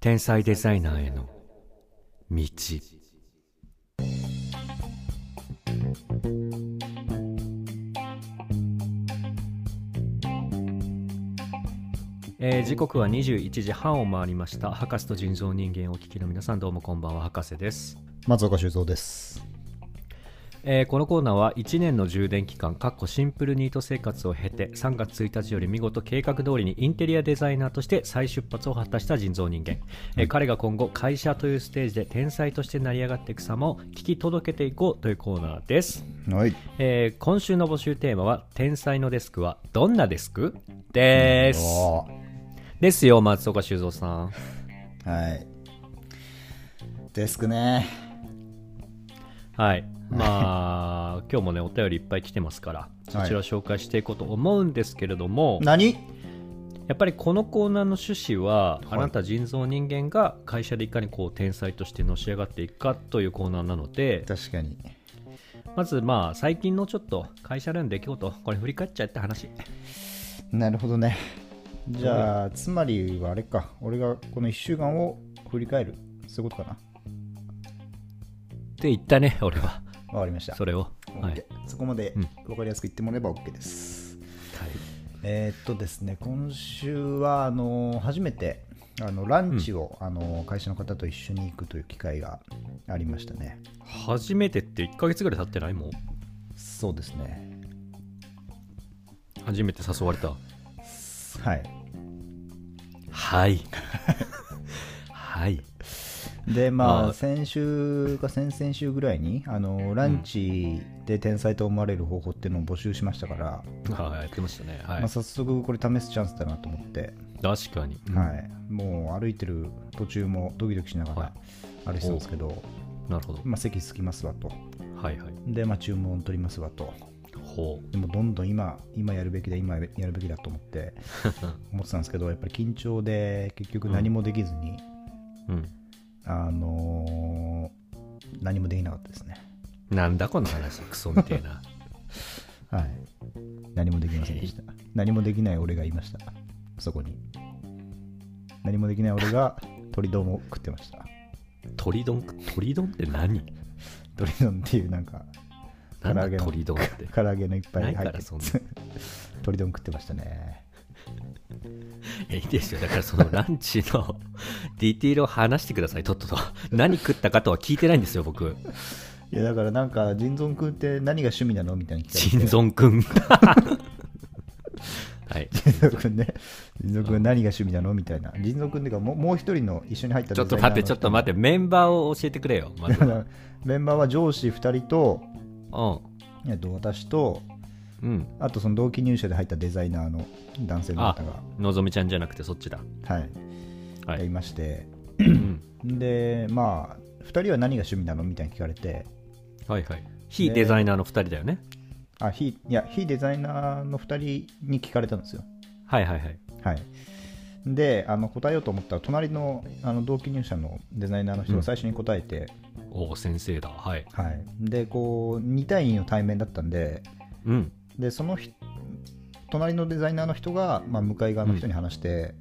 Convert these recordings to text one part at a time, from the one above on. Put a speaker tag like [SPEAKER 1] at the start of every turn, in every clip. [SPEAKER 1] 天才デザイナーへの道えー時刻は21時半を回りました博士と人造人間をお聞きの皆さんどうもこんばんは博士です
[SPEAKER 2] 松岡修造です。
[SPEAKER 1] えーこのコーナーは1年の充電期間かっこシンプルニート生活を経て3月1日より見事計画通りにインテリアデザイナーとして再出発を果たした人造人間、えー彼が今後会社というステージで天才として成り上がっていく様を聞き届けていこうというコーナーです、
[SPEAKER 2] はい。
[SPEAKER 1] えー今週の募集テーマは「天才のデスクはどんなデスク?」です
[SPEAKER 2] お
[SPEAKER 1] ですよ松岡修造さん
[SPEAKER 2] ーはい。デスクね。
[SPEAKER 1] はい。まあ、今 日もね、お便りいっぱい来てますから、そちらを紹介していこうと思うんですけれども、
[SPEAKER 2] 何
[SPEAKER 1] やっぱりこのコーナーの趣旨は、
[SPEAKER 2] い
[SPEAKER 1] あなた人造人間が会社でいかにこう天才としてのし上がっていくかというコーナーなので、
[SPEAKER 2] 確かに。
[SPEAKER 1] まずまあ、最近のちょっと会社での出来事、これ振り返っちゃえって話。
[SPEAKER 2] なるほどね。じゃあ、つまりはあれか。俺がこの1週間を振り返る。そういうことか
[SPEAKER 1] って言ったね、俺 は。
[SPEAKER 2] な。わかりました。
[SPEAKER 1] それを。
[SPEAKER 2] OK
[SPEAKER 1] はい。
[SPEAKER 2] そこまで
[SPEAKER 1] うん
[SPEAKER 2] 分かりやすく言ってもらえば OK です。えーっとですね、今週はあの初めてあのランチを、あの会社の方と一緒に行くという機会がありましたね。
[SPEAKER 1] 初めてって1ヶ月ぐらい経ってないもう。
[SPEAKER 2] そうですね。
[SPEAKER 1] 初めて誘われた。
[SPEAKER 2] はい。
[SPEAKER 1] はい。はい。
[SPEAKER 2] でま
[SPEAKER 1] まあ
[SPEAKER 2] あ先週か先々週ぐらいにあのランチで天才と思われる方法っていうのを募集しましたから、
[SPEAKER 1] はい、やってましたね。は
[SPEAKER 2] まあ、
[SPEAKER 1] い。
[SPEAKER 2] 早速これ試すチャンスだなと思って、
[SPEAKER 1] 確かに。うん
[SPEAKER 2] はい、もう歩いてる途中もドキドキしなが
[SPEAKER 1] は
[SPEAKER 2] ら歩いてたんですけど、
[SPEAKER 1] なるほど。
[SPEAKER 2] まあ、席すきますわと
[SPEAKER 1] はいはい。
[SPEAKER 2] で、まあ、注文取りますわと
[SPEAKER 1] ほう。
[SPEAKER 2] でもどんどん今今やるべきだ今やるべきだと思って 思ってたんですけどやっぱり緊張で結局何もできずに、
[SPEAKER 1] うん。
[SPEAKER 2] あのー何もできなかったですね。
[SPEAKER 1] なんだこの話、クソみたいな。
[SPEAKER 2] はい。何もできませんでした。何もできない俺がいました。そこに。何もできない俺が鳥丼を食ってました。
[SPEAKER 1] 鳥丼、鳥丼って何
[SPEAKER 2] 鳥丼っていうなんか、
[SPEAKER 1] なん
[SPEAKER 2] 唐揚げ
[SPEAKER 1] だ
[SPEAKER 2] の
[SPEAKER 1] 鳥丼って。
[SPEAKER 2] 唐揚げのいっぱい
[SPEAKER 1] ない
[SPEAKER 2] 入
[SPEAKER 1] か
[SPEAKER 2] って
[SPEAKER 1] らそんな。
[SPEAKER 2] 鳥丼食ってましたね。
[SPEAKER 1] いやいいですよ。だからそのランチの ディティールを話してください、とっとと。何食ったかとは聞いてないんですよ、僕。
[SPEAKER 2] いやだからなんか、人造君って何が趣味なのみたいに聞か
[SPEAKER 1] 心
[SPEAKER 2] れて。
[SPEAKER 1] 臓くん。 はい。
[SPEAKER 2] 人造君ね。人造君何が趣味なのみたいな。人造君っていうかもう、もう一人の一緒に入った
[SPEAKER 1] ちょっと待って、ちょっと待って、メンバーを教えてくれよ、まず は。
[SPEAKER 2] って。メンバーは上司2人と、
[SPEAKER 1] う
[SPEAKER 2] えっと、私と、
[SPEAKER 1] ん。うん。
[SPEAKER 2] あとその同期入社で入ったデザイナーの男性の方が、
[SPEAKER 1] のぞみちゃんじゃなくてそっちだ。
[SPEAKER 2] はい、
[SPEAKER 1] は
[SPEAKER 2] やり
[SPEAKER 1] い。
[SPEAKER 2] まして
[SPEAKER 1] うん
[SPEAKER 2] でまあ2人は何が趣味なのみたいに聞かれて
[SPEAKER 1] はいはい。非デザイナーの2人だよね。
[SPEAKER 2] あ非いや非デザイナーの2人に聞かれたんですよ
[SPEAKER 1] はいはいはい。
[SPEAKER 2] はいであの答えようと思ったら隣のあの同期入社のデザイナーの人
[SPEAKER 1] うん
[SPEAKER 2] が最初に答えて、
[SPEAKER 1] おお、先生だ。はい。
[SPEAKER 2] はい、でこう2対2の対面だったんで
[SPEAKER 1] うん。
[SPEAKER 2] でその人隣のデザイナーの人が、まあ、向かい側の人に話して、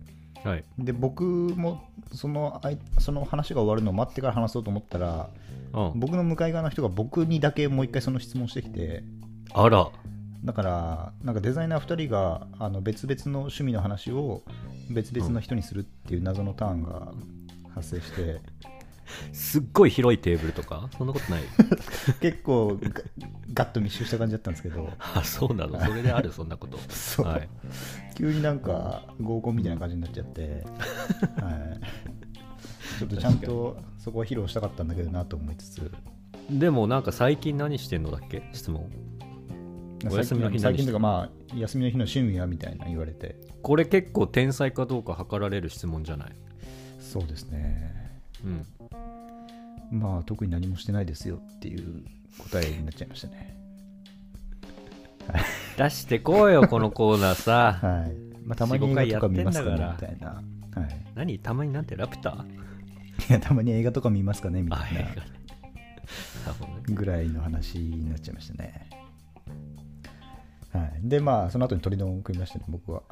[SPEAKER 1] はい。
[SPEAKER 2] で僕もそのあいその話が終わるのを待ってから話そうと思ったら
[SPEAKER 1] うん。
[SPEAKER 2] 僕の向かい側の人が僕にだけもう一回その質問してきて
[SPEAKER 1] あら。
[SPEAKER 2] だからなんかデザイナー2人があの別々の趣味の話を別々の人にするっていう謎のターンが発生して、
[SPEAKER 1] すっごい広いテーブルとかそんなことない
[SPEAKER 2] 結構ガガッと密集した感じだったんですけど
[SPEAKER 1] あそうなのそれであるそんなこと
[SPEAKER 2] そう
[SPEAKER 1] はい、
[SPEAKER 2] 急になんか合コンみたいな感じになっちゃって、はい、ちょっとちゃんとそこは披露したかったんだけどなと思いつつ
[SPEAKER 1] でもなんか最近何してんのだっけ質問お休みの日何して
[SPEAKER 2] 最近というかまあ休みの日の趣味はみたいな言われて
[SPEAKER 1] これ結構天才かどうか測られる質問じゃない
[SPEAKER 2] そうですね
[SPEAKER 1] うん
[SPEAKER 2] まあ特に何もしてないですよっていう答えになっちゃいましたね。
[SPEAKER 1] 出してこ うよこのコーナーさ
[SPEAKER 2] はい。まあたまに
[SPEAKER 1] 45
[SPEAKER 2] 映
[SPEAKER 1] 回
[SPEAKER 2] 画とか見ますかね
[SPEAKER 1] やって
[SPEAKER 2] みたいな。はい。
[SPEAKER 1] 何たまになんてラピュタ
[SPEAKER 2] いやたまに映画とか見ますかねみた
[SPEAKER 1] あ
[SPEAKER 2] い
[SPEAKER 1] 映
[SPEAKER 2] な
[SPEAKER 1] 画ねなるほどね
[SPEAKER 2] ぐらいの話になっちゃいましたね。はい。でまあその後に鳥丼を食いましたね僕は。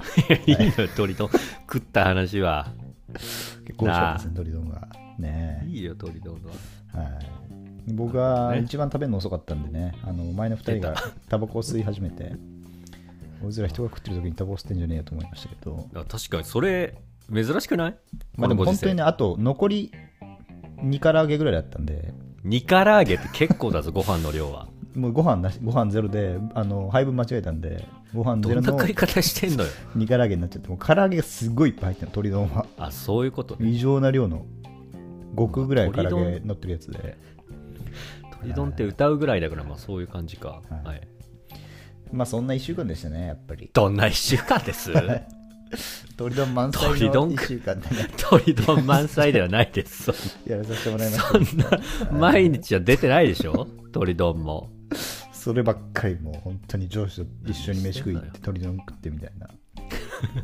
[SPEAKER 1] いいのよ鳥と食った話は
[SPEAKER 2] 結構美味しかったですね、鳥丼が。ね
[SPEAKER 1] いいよ、鳥丼は。
[SPEAKER 2] はい、僕が
[SPEAKER 1] ね
[SPEAKER 2] 一番食べるの遅かったんでね、あの前の2人がタバコを吸い始めて、俺ずら人が食ってる時にタバコ吸ってんじゃねえよと思いましたけど、
[SPEAKER 1] あ確かに、それ、珍しくない
[SPEAKER 2] ま
[SPEAKER 1] こ
[SPEAKER 2] あ、でも
[SPEAKER 1] のご
[SPEAKER 2] 本
[SPEAKER 1] 時世
[SPEAKER 2] 当にね、あと残り2から揚げぐらいだったんで、
[SPEAKER 1] 煮から揚げって結構だぞ、ご飯の量は。
[SPEAKER 2] もうご飯なしご飯ゼロであの配分間違えたん で、ご飯ゼ
[SPEAKER 1] ど
[SPEAKER 2] ロ
[SPEAKER 1] んな
[SPEAKER 2] の
[SPEAKER 1] 買い方してんのよ。
[SPEAKER 2] 2から揚げになっちゃって、もう唐揚げがすごいいっぱい入ってるの、鶏丼は。
[SPEAKER 1] あ、そういうことね。
[SPEAKER 2] 異常な量の5個ぐらい唐揚げ乗ってるやつで。
[SPEAKER 1] 鳥丼って歌うぐらいだから、まあそういう感じか。
[SPEAKER 2] はい
[SPEAKER 1] はい。
[SPEAKER 2] まあそんな1週間でしたね、やっぱり。
[SPEAKER 1] どんな一週間です
[SPEAKER 2] 鳥丼満載の
[SPEAKER 1] 鳥丼
[SPEAKER 2] 1週間でね、
[SPEAKER 1] 鳥丼満載ではないです。
[SPEAKER 2] やらさせてもらいました
[SPEAKER 1] そんな、毎日は出てないでしょ鳥丼も。
[SPEAKER 2] そればっかりもう本当に上司と一緒に飯食い行って鳥丼食ってみたいな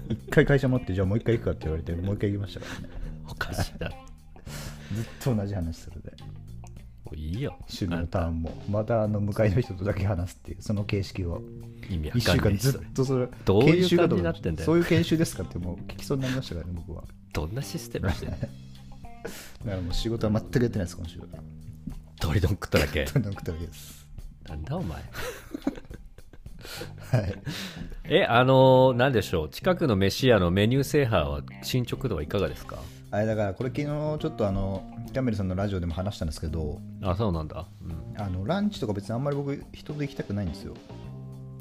[SPEAKER 2] 一回会社持ってじゃあもう一回行くかって言われてもう一回行きましたからね
[SPEAKER 1] おかしいな。
[SPEAKER 2] ずっと同じ話するで
[SPEAKER 1] もういいよ。
[SPEAKER 2] 趣味のターンもまたあの向かいの人とだけ話すっていうその形式を
[SPEAKER 1] 意味わ
[SPEAKER 2] 1
[SPEAKER 1] かん
[SPEAKER 2] 週
[SPEAKER 1] ない
[SPEAKER 2] 間
[SPEAKER 1] です
[SPEAKER 2] ず
[SPEAKER 1] それ
[SPEAKER 2] っとそれ
[SPEAKER 1] どういう
[SPEAKER 2] 研修かと思
[SPEAKER 1] 感じになってんだよ
[SPEAKER 2] そういう研修ですかってもう聞きそうになりましたからね僕は
[SPEAKER 1] どんなシステムしてんの
[SPEAKER 2] だからもう仕事は全くやってないです今週は
[SPEAKER 1] 鳥丼食っただ け
[SPEAKER 2] 鳥丼食ったわけです
[SPEAKER 1] なんだお前
[SPEAKER 2] はい
[SPEAKER 1] えあのー、なんでしょう近くの飯屋のメニュー制覇は進捗度はいかがですか
[SPEAKER 2] あれだからこれ昨日ちょっとあのキャメルさんのラジオでも話したんですけど
[SPEAKER 1] あそうなんだ、うん、
[SPEAKER 2] あのランチとか別にあんまり僕人と行きたくないんですよ、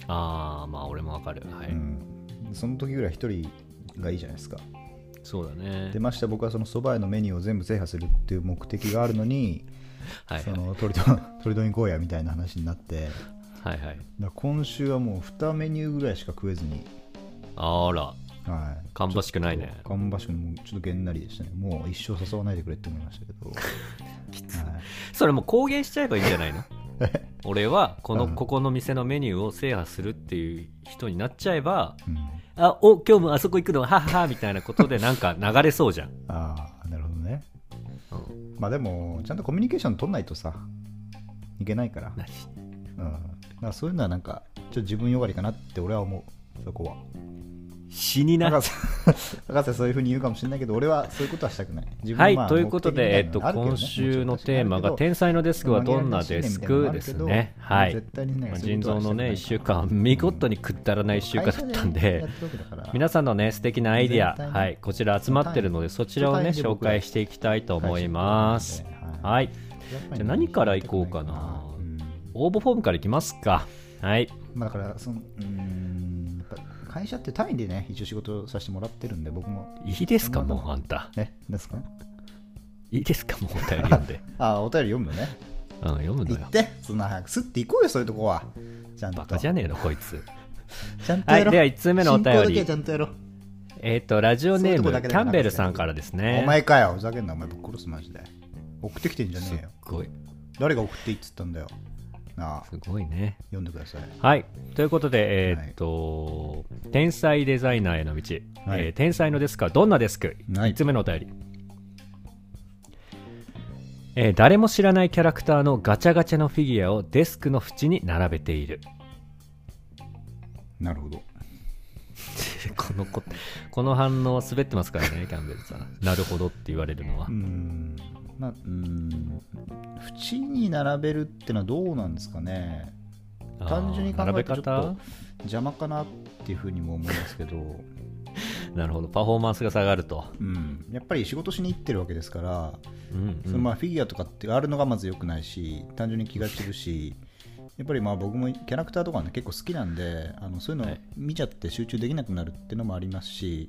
[SPEAKER 1] ああまあ俺もわかるはい、
[SPEAKER 2] うん、その時ぐらい一人がいいじゃないですか
[SPEAKER 1] そうだね
[SPEAKER 2] でまして僕はそのそば屋のメニューを全部制覇するっていう目的があるのに
[SPEAKER 1] はい
[SPEAKER 2] その鳥 丼鳥丼行こうやみたいな話になってだか
[SPEAKER 1] はいはい
[SPEAKER 2] ら今週はもう2メニューぐらいしか食えずに
[SPEAKER 1] あら
[SPEAKER 2] はい
[SPEAKER 1] 芳しくないね
[SPEAKER 2] 頑張しくもうちょっとげんなりでしたねもう一生誘わないでくれって思いました けどきつい、はい
[SPEAKER 1] それもう公言しちゃえばいいんじゃないの俺はこのここの店のメニューを制覇するっていう人になっちゃえば
[SPEAKER 2] うん、
[SPEAKER 1] あお今日もあそこ行くのはははみたいなこと でなんか流れそうじゃん、
[SPEAKER 2] ああなるほどね
[SPEAKER 1] うん、
[SPEAKER 2] まあでもちゃんとコミュニケーション取んないとさいけないから
[SPEAKER 1] 何
[SPEAKER 2] うん、だからそういうのはなんかちょっと自分よがりかなって俺は思うそこは
[SPEAKER 1] 死にな
[SPEAKER 2] 博士博士はそういうふうに言うかもしれないけど俺はそういうことはしたくない自分の
[SPEAKER 1] はい、
[SPEAKER 2] まあ
[SPEAKER 1] ということで、え
[SPEAKER 2] 目
[SPEAKER 1] っと、
[SPEAKER 2] 的みたいなのはあ
[SPEAKER 1] 今
[SPEAKER 2] るけどね
[SPEAKER 1] 週の
[SPEAKER 2] もちろん
[SPEAKER 1] テーマが、
[SPEAKER 2] 確かにあるけ
[SPEAKER 1] 天才のデスクはどんなデスクですね。は
[SPEAKER 2] マニ
[SPEAKER 1] い
[SPEAKER 2] アックな信念みたいなのもあるけど絶。対にね
[SPEAKER 1] まあ
[SPEAKER 2] そういう
[SPEAKER 1] 腎
[SPEAKER 2] ことは
[SPEAKER 1] 臓のね、1
[SPEAKER 2] した
[SPEAKER 1] 週
[SPEAKER 2] くない
[SPEAKER 1] 間、見事にくだらない1週間だったんで
[SPEAKER 2] 会社やっ、てるわけだから
[SPEAKER 1] 皆さんのね、素敵なアイディア、
[SPEAKER 2] 絶対に
[SPEAKER 1] はい、こちら集まってるので、そちらをね、
[SPEAKER 2] 初対面
[SPEAKER 1] 紹
[SPEAKER 2] で僕ら
[SPEAKER 1] 介していきたいと思います
[SPEAKER 2] 会社やってるわけなん。ではい
[SPEAKER 1] はい。
[SPEAKER 2] やっぱりね
[SPEAKER 1] じゃあ何から行こうかな
[SPEAKER 2] うん
[SPEAKER 1] 応募フォームからいきますか。はい。
[SPEAKER 2] まあ、だからそのうんやっぱ会社って単位でね一応仕事させてもらってるんで僕も
[SPEAKER 1] いいですか、もう、あんた。
[SPEAKER 2] ねですかね
[SPEAKER 1] いいですか、もう、お便り読ん で。
[SPEAKER 2] あお便り読むのね
[SPEAKER 1] うん、読むの
[SPEAKER 2] 行っ
[SPEAKER 1] よ。
[SPEAKER 2] てそんな早くすって行こうよそういうとこはちゃんと
[SPEAKER 1] バカじゃねえの、こいつ。
[SPEAKER 2] ちゃんとやろう
[SPEAKER 1] はいでは一通目のお便り
[SPEAKER 2] 進行だけはちゃんとやろう
[SPEAKER 1] えっと、ラジオネー
[SPEAKER 2] そういうとこ
[SPEAKER 1] ム、
[SPEAKER 2] だ
[SPEAKER 1] キ
[SPEAKER 2] けだか
[SPEAKER 1] ャ
[SPEAKER 2] ら
[SPEAKER 1] ンベルさんからですね。
[SPEAKER 2] お前かよふざけんなお前ぶっ殺すマジで送ってきてんじゃ
[SPEAKER 1] す
[SPEAKER 2] ね
[SPEAKER 1] っ
[SPEAKER 2] えよ
[SPEAKER 1] ごい、
[SPEAKER 2] 誰が送っていいっつったんだよなあ
[SPEAKER 1] すごいね。
[SPEAKER 2] 読んでください
[SPEAKER 1] はい。ということで、えーっと、天才デザイナーへの道、
[SPEAKER 2] はい
[SPEAKER 1] えー天才のデスクはどんなデスク、
[SPEAKER 2] はい
[SPEAKER 1] ?1 つ目のお便り、えー誰も知らないキャラクターのガチャガチャのフィギュアをデスクの縁に並べている。
[SPEAKER 2] なるほど
[SPEAKER 1] このここの反応は滑ってますからね、キャンベルさん。なるほどって言われるのは
[SPEAKER 2] うー。んまあうーん縁に並べるってのはどうなんですかね
[SPEAKER 1] あー
[SPEAKER 2] 単純に考えてちょっ
[SPEAKER 1] 並
[SPEAKER 2] と邪魔かなっていうふうにも思いますけど
[SPEAKER 1] べ方なるほど、パフォーマンスが下がると。
[SPEAKER 2] うんやっぱり仕事しに行ってるわけですから
[SPEAKER 1] うんう
[SPEAKER 2] そ
[SPEAKER 1] ん
[SPEAKER 2] のまあフィギュアとかってあるのがまず良くないし単純に気が散るしやっぱりまあ僕もキャラクターとかね結構好きなんであのそういうの
[SPEAKER 1] はい
[SPEAKER 2] 見ちゃって集中できなくなるっていうのもありますし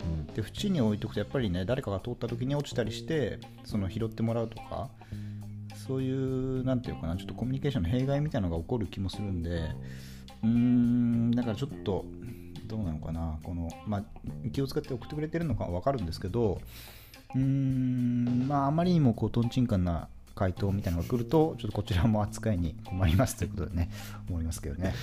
[SPEAKER 1] うん
[SPEAKER 2] で縁に置いとくとやっぱりね誰かが通った時に落ちたりしてその拾ってもらうとかそういうなんていうかなちょっとコミュニケーションの弊害みたいなのが起こる気もするんでうーんだからちょっとどうなのかなこの、まあ、気を使って送ってくれてるのかは分かるんですけどうーんまああまりにもこうとんちんかんな回答みたいなのが来るとちょっとこちらも扱いに困りますということでね思いますけどね、はい、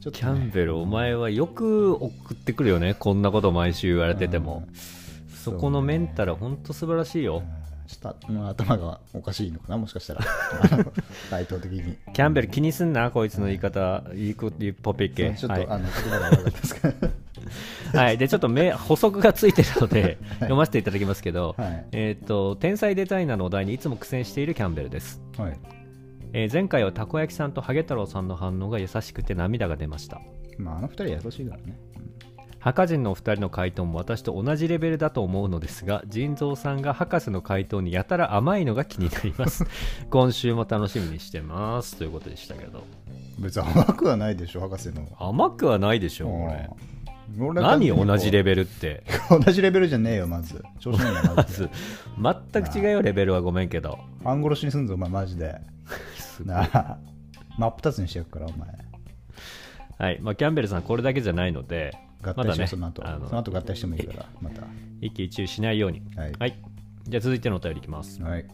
[SPEAKER 2] ちょっとね
[SPEAKER 1] キャンベル、お前はよく送ってくるよね、こんなこと毎週言われてても
[SPEAKER 2] う。
[SPEAKER 1] そこのメンタル、ほんと素晴らしいよ。
[SPEAKER 2] ちょっと、まあ頭がおかしいのかな、もしかしたら、 対等的に。
[SPEAKER 1] キャンベル、気にすんな、こいつの言い方、いいこと、いいポピ
[SPEAKER 2] そう
[SPEAKER 1] ケ。
[SPEAKER 2] ちょっ
[SPEAKER 1] は
[SPEAKER 2] と、
[SPEAKER 1] い
[SPEAKER 2] あの言葉が悪かったですけど
[SPEAKER 1] はい、でちょっと目補足がついてるので読ませていただきますけど、
[SPEAKER 2] はい
[SPEAKER 1] えーっと天才デザイナーのお題にいつも苦戦しているキャンベルです、
[SPEAKER 2] はい
[SPEAKER 1] えー前回はたこ焼きさんとハゲ太郎さんの反応が優しくて涙が出ました
[SPEAKER 2] まああの二人は優しいからね
[SPEAKER 1] 博士のお二人の回答も私と同じレベルだと思うのですが腎臓さんが博士の回答にやたら甘いのが気になります 今週も楽しみにしてますということでしたけど
[SPEAKER 2] 別に甘くはないでしょ博士の
[SPEAKER 1] 甘くはないでしょこれ
[SPEAKER 2] うん俺は
[SPEAKER 1] 何同じレ
[SPEAKER 2] ベ
[SPEAKER 1] ベルって
[SPEAKER 2] ル同じレベルじゃねえよまず調子乗 んな
[SPEAKER 1] ま
[SPEAKER 2] マジで
[SPEAKER 1] ず全く違うよレベルはごめんけど
[SPEAKER 2] 半殺しにすんぞお前マジで なあ真っ二つにしてやるからお前
[SPEAKER 1] はいまあ、キャンベルさんこれだけじゃないので
[SPEAKER 2] 合
[SPEAKER 1] まだ
[SPEAKER 2] 体して、
[SPEAKER 1] ね
[SPEAKER 2] その後
[SPEAKER 1] あの
[SPEAKER 2] その後合体してもいいからまた
[SPEAKER 1] 一喜一憂しないように
[SPEAKER 2] はい
[SPEAKER 1] はいじゃあ続いてのお便りいきます
[SPEAKER 2] はい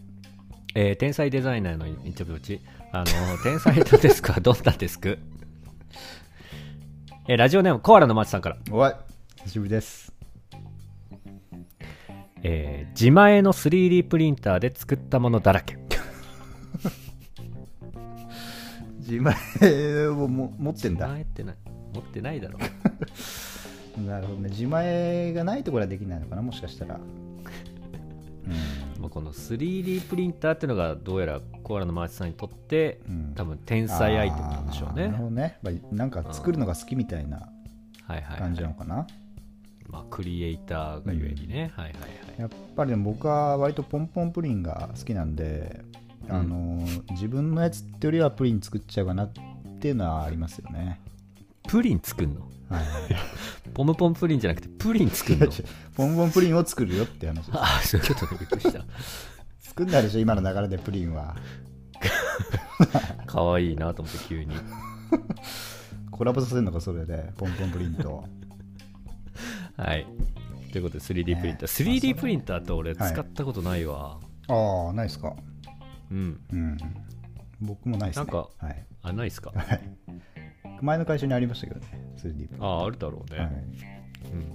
[SPEAKER 1] えー天才デザイナーのインタビューち、あの ー天才とデスクはどんなデスク えーラジオネームコアラのマーチさんから、
[SPEAKER 2] おい久しぶりです
[SPEAKER 1] えー自前の 3D プリンターで作ったものだらけ
[SPEAKER 2] 自前をも持ってん
[SPEAKER 1] 自
[SPEAKER 2] だ
[SPEAKER 1] 前ってない持ってないだろ
[SPEAKER 2] なるほどね自前がないところはできないのかなもしかしたら、うん
[SPEAKER 1] もうこの 3D プリンターっていうのがどうやらコアラのマーチさんにとって、
[SPEAKER 2] うん
[SPEAKER 1] 多分天才アイテムなんでしょう
[SPEAKER 2] あー
[SPEAKER 1] ね
[SPEAKER 2] なるほどねやっぱりなんか作るのが好きみたいな
[SPEAKER 1] はいはい、はい
[SPEAKER 2] 感じなのかな、
[SPEAKER 1] まあ、クリエイターがゆえにね、はいはいはい
[SPEAKER 2] やっぱりでも僕は割とポンポンプリンが好きなんで、
[SPEAKER 1] うん
[SPEAKER 2] あの自分のやつってよりはプリン作っちゃうかなっていうのはありますよね、
[SPEAKER 1] プリン作んの
[SPEAKER 2] はい、
[SPEAKER 1] ポムポンプリンじゃなくてプリン作んの
[SPEAKER 2] ポンポンプリンを作るよって話です
[SPEAKER 1] ああそういうことでびっくりした
[SPEAKER 2] 作んないでしょ今の流れでプリンは
[SPEAKER 1] 可愛いなと思って急 に
[SPEAKER 2] コラボさせるのかそれでポンポンプリン と
[SPEAKER 1] はいということで 3D プリンター、
[SPEAKER 2] ね
[SPEAKER 1] 3D プリンターって俺使ったことないわ、
[SPEAKER 2] ああないですか
[SPEAKER 1] うん
[SPEAKER 2] うん僕もないですね
[SPEAKER 1] なんか
[SPEAKER 2] はい
[SPEAKER 1] あないっすか
[SPEAKER 2] はい前の会社にありましたけどね 3D プリン
[SPEAKER 1] あああるだろうね、
[SPEAKER 2] はい、
[SPEAKER 1] うんうんうん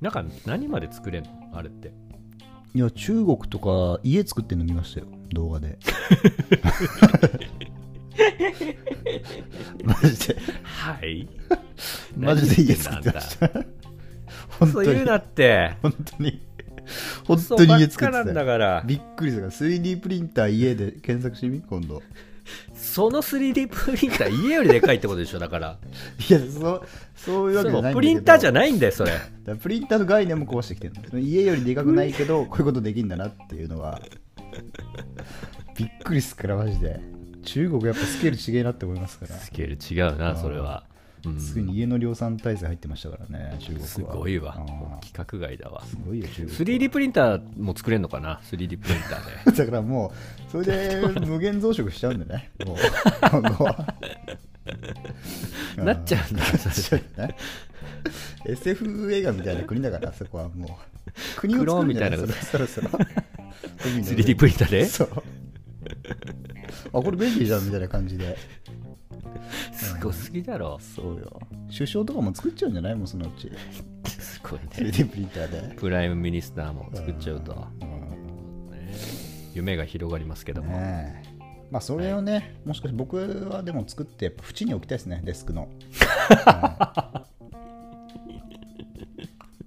[SPEAKER 1] なんか何まで作れんのあれって
[SPEAKER 2] いや中国とか家作ってるの見ましたよ動 画でマジで
[SPEAKER 1] はい
[SPEAKER 2] マジで家作ってま
[SPEAKER 1] 何言
[SPEAKER 2] し
[SPEAKER 1] ん
[SPEAKER 2] た本
[SPEAKER 1] そ
[SPEAKER 2] 当
[SPEAKER 1] ういう
[SPEAKER 2] に
[SPEAKER 1] なって
[SPEAKER 2] 本当に本当
[SPEAKER 1] 嘘
[SPEAKER 2] に家作
[SPEAKER 1] ば
[SPEAKER 2] っ
[SPEAKER 1] っかな
[SPEAKER 2] て
[SPEAKER 1] ん
[SPEAKER 2] た
[SPEAKER 1] だ
[SPEAKER 2] よ
[SPEAKER 1] から
[SPEAKER 2] びっくりするから 3D プリンター家で検索してみ今度
[SPEAKER 1] その 3D プリンター家よりでかいってことでしょだから
[SPEAKER 2] いやそそういうわけじゃ
[SPEAKER 1] そ
[SPEAKER 2] な
[SPEAKER 1] う
[SPEAKER 2] いんだけど
[SPEAKER 1] プリンターじゃないんだよそれ
[SPEAKER 2] だからプリンターの概念も壊してきてるの家よりでかくないけどこういうことできるんだなっていうのはびっくりすっからマジで中国やっぱスケール違えなって思いますから
[SPEAKER 1] スケール違うなそれは、うん、
[SPEAKER 2] すぐに家の量産体制入ってましたからね中国は
[SPEAKER 1] すごいわ
[SPEAKER 2] あ
[SPEAKER 1] もう規格外だわ
[SPEAKER 2] ーすごいよ中国
[SPEAKER 1] 3D プリンターも作れるのかな 3D プリンターで
[SPEAKER 2] だからもうそれで無限増殖しちゃうんだねもう 今後は
[SPEAKER 1] なっちゃうんだ
[SPEAKER 2] なっち ゃうね SF 映画みたいな国だからそこはもう国を作るんじゃない
[SPEAKER 1] クローンみたいなこと
[SPEAKER 2] そろそ ろ
[SPEAKER 1] 3D プリンターで
[SPEAKER 2] そう。あ、これ便利じゃんみたいな感じで。
[SPEAKER 1] すごすぎだろ
[SPEAKER 2] そうよ。首相とかも作っちゃうんじゃないもうそのうち。
[SPEAKER 1] すごいね
[SPEAKER 2] 3D プリンターで。
[SPEAKER 1] プライムミニスターも 作っちゃうと、
[SPEAKER 2] うん
[SPEAKER 1] ね夢が広がりますけども、
[SPEAKER 2] ねえまあそれをね、もしかして僕はでも作ってやっぱ縁に置きたいですねデスクのうん縁が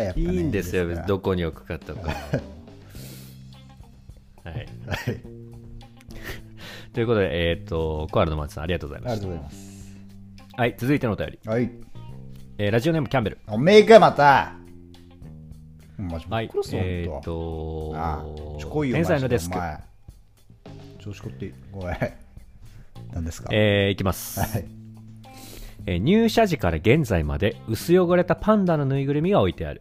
[SPEAKER 2] やっ ぱ
[SPEAKER 1] い
[SPEAKER 2] ね
[SPEAKER 1] いんですよ
[SPEAKER 2] から
[SPEAKER 1] どこに置くかと かはい
[SPEAKER 2] はい
[SPEAKER 1] ということでえっ、とコアラのマーチさんありがとうござい
[SPEAKER 2] あ
[SPEAKER 1] まし
[SPEAKER 2] りがと
[SPEAKER 1] た
[SPEAKER 2] うございます
[SPEAKER 1] はい続いてのお便り、
[SPEAKER 2] はい
[SPEAKER 1] えーラジオネームキャンベル
[SPEAKER 2] おめえかまたマジび
[SPEAKER 1] は
[SPEAKER 2] っ
[SPEAKER 1] い
[SPEAKER 2] くりするわ
[SPEAKER 1] えっ、
[SPEAKER 2] ほんと
[SPEAKER 1] と
[SPEAKER 2] ああちょこいよ
[SPEAKER 1] 天才のデスク
[SPEAKER 2] マジお前調子こってごめん何ですか
[SPEAKER 1] えーいき ます、
[SPEAKER 2] はい
[SPEAKER 1] えー入社時から現在まで薄汚れたパンダのぬいぐるみが置いてある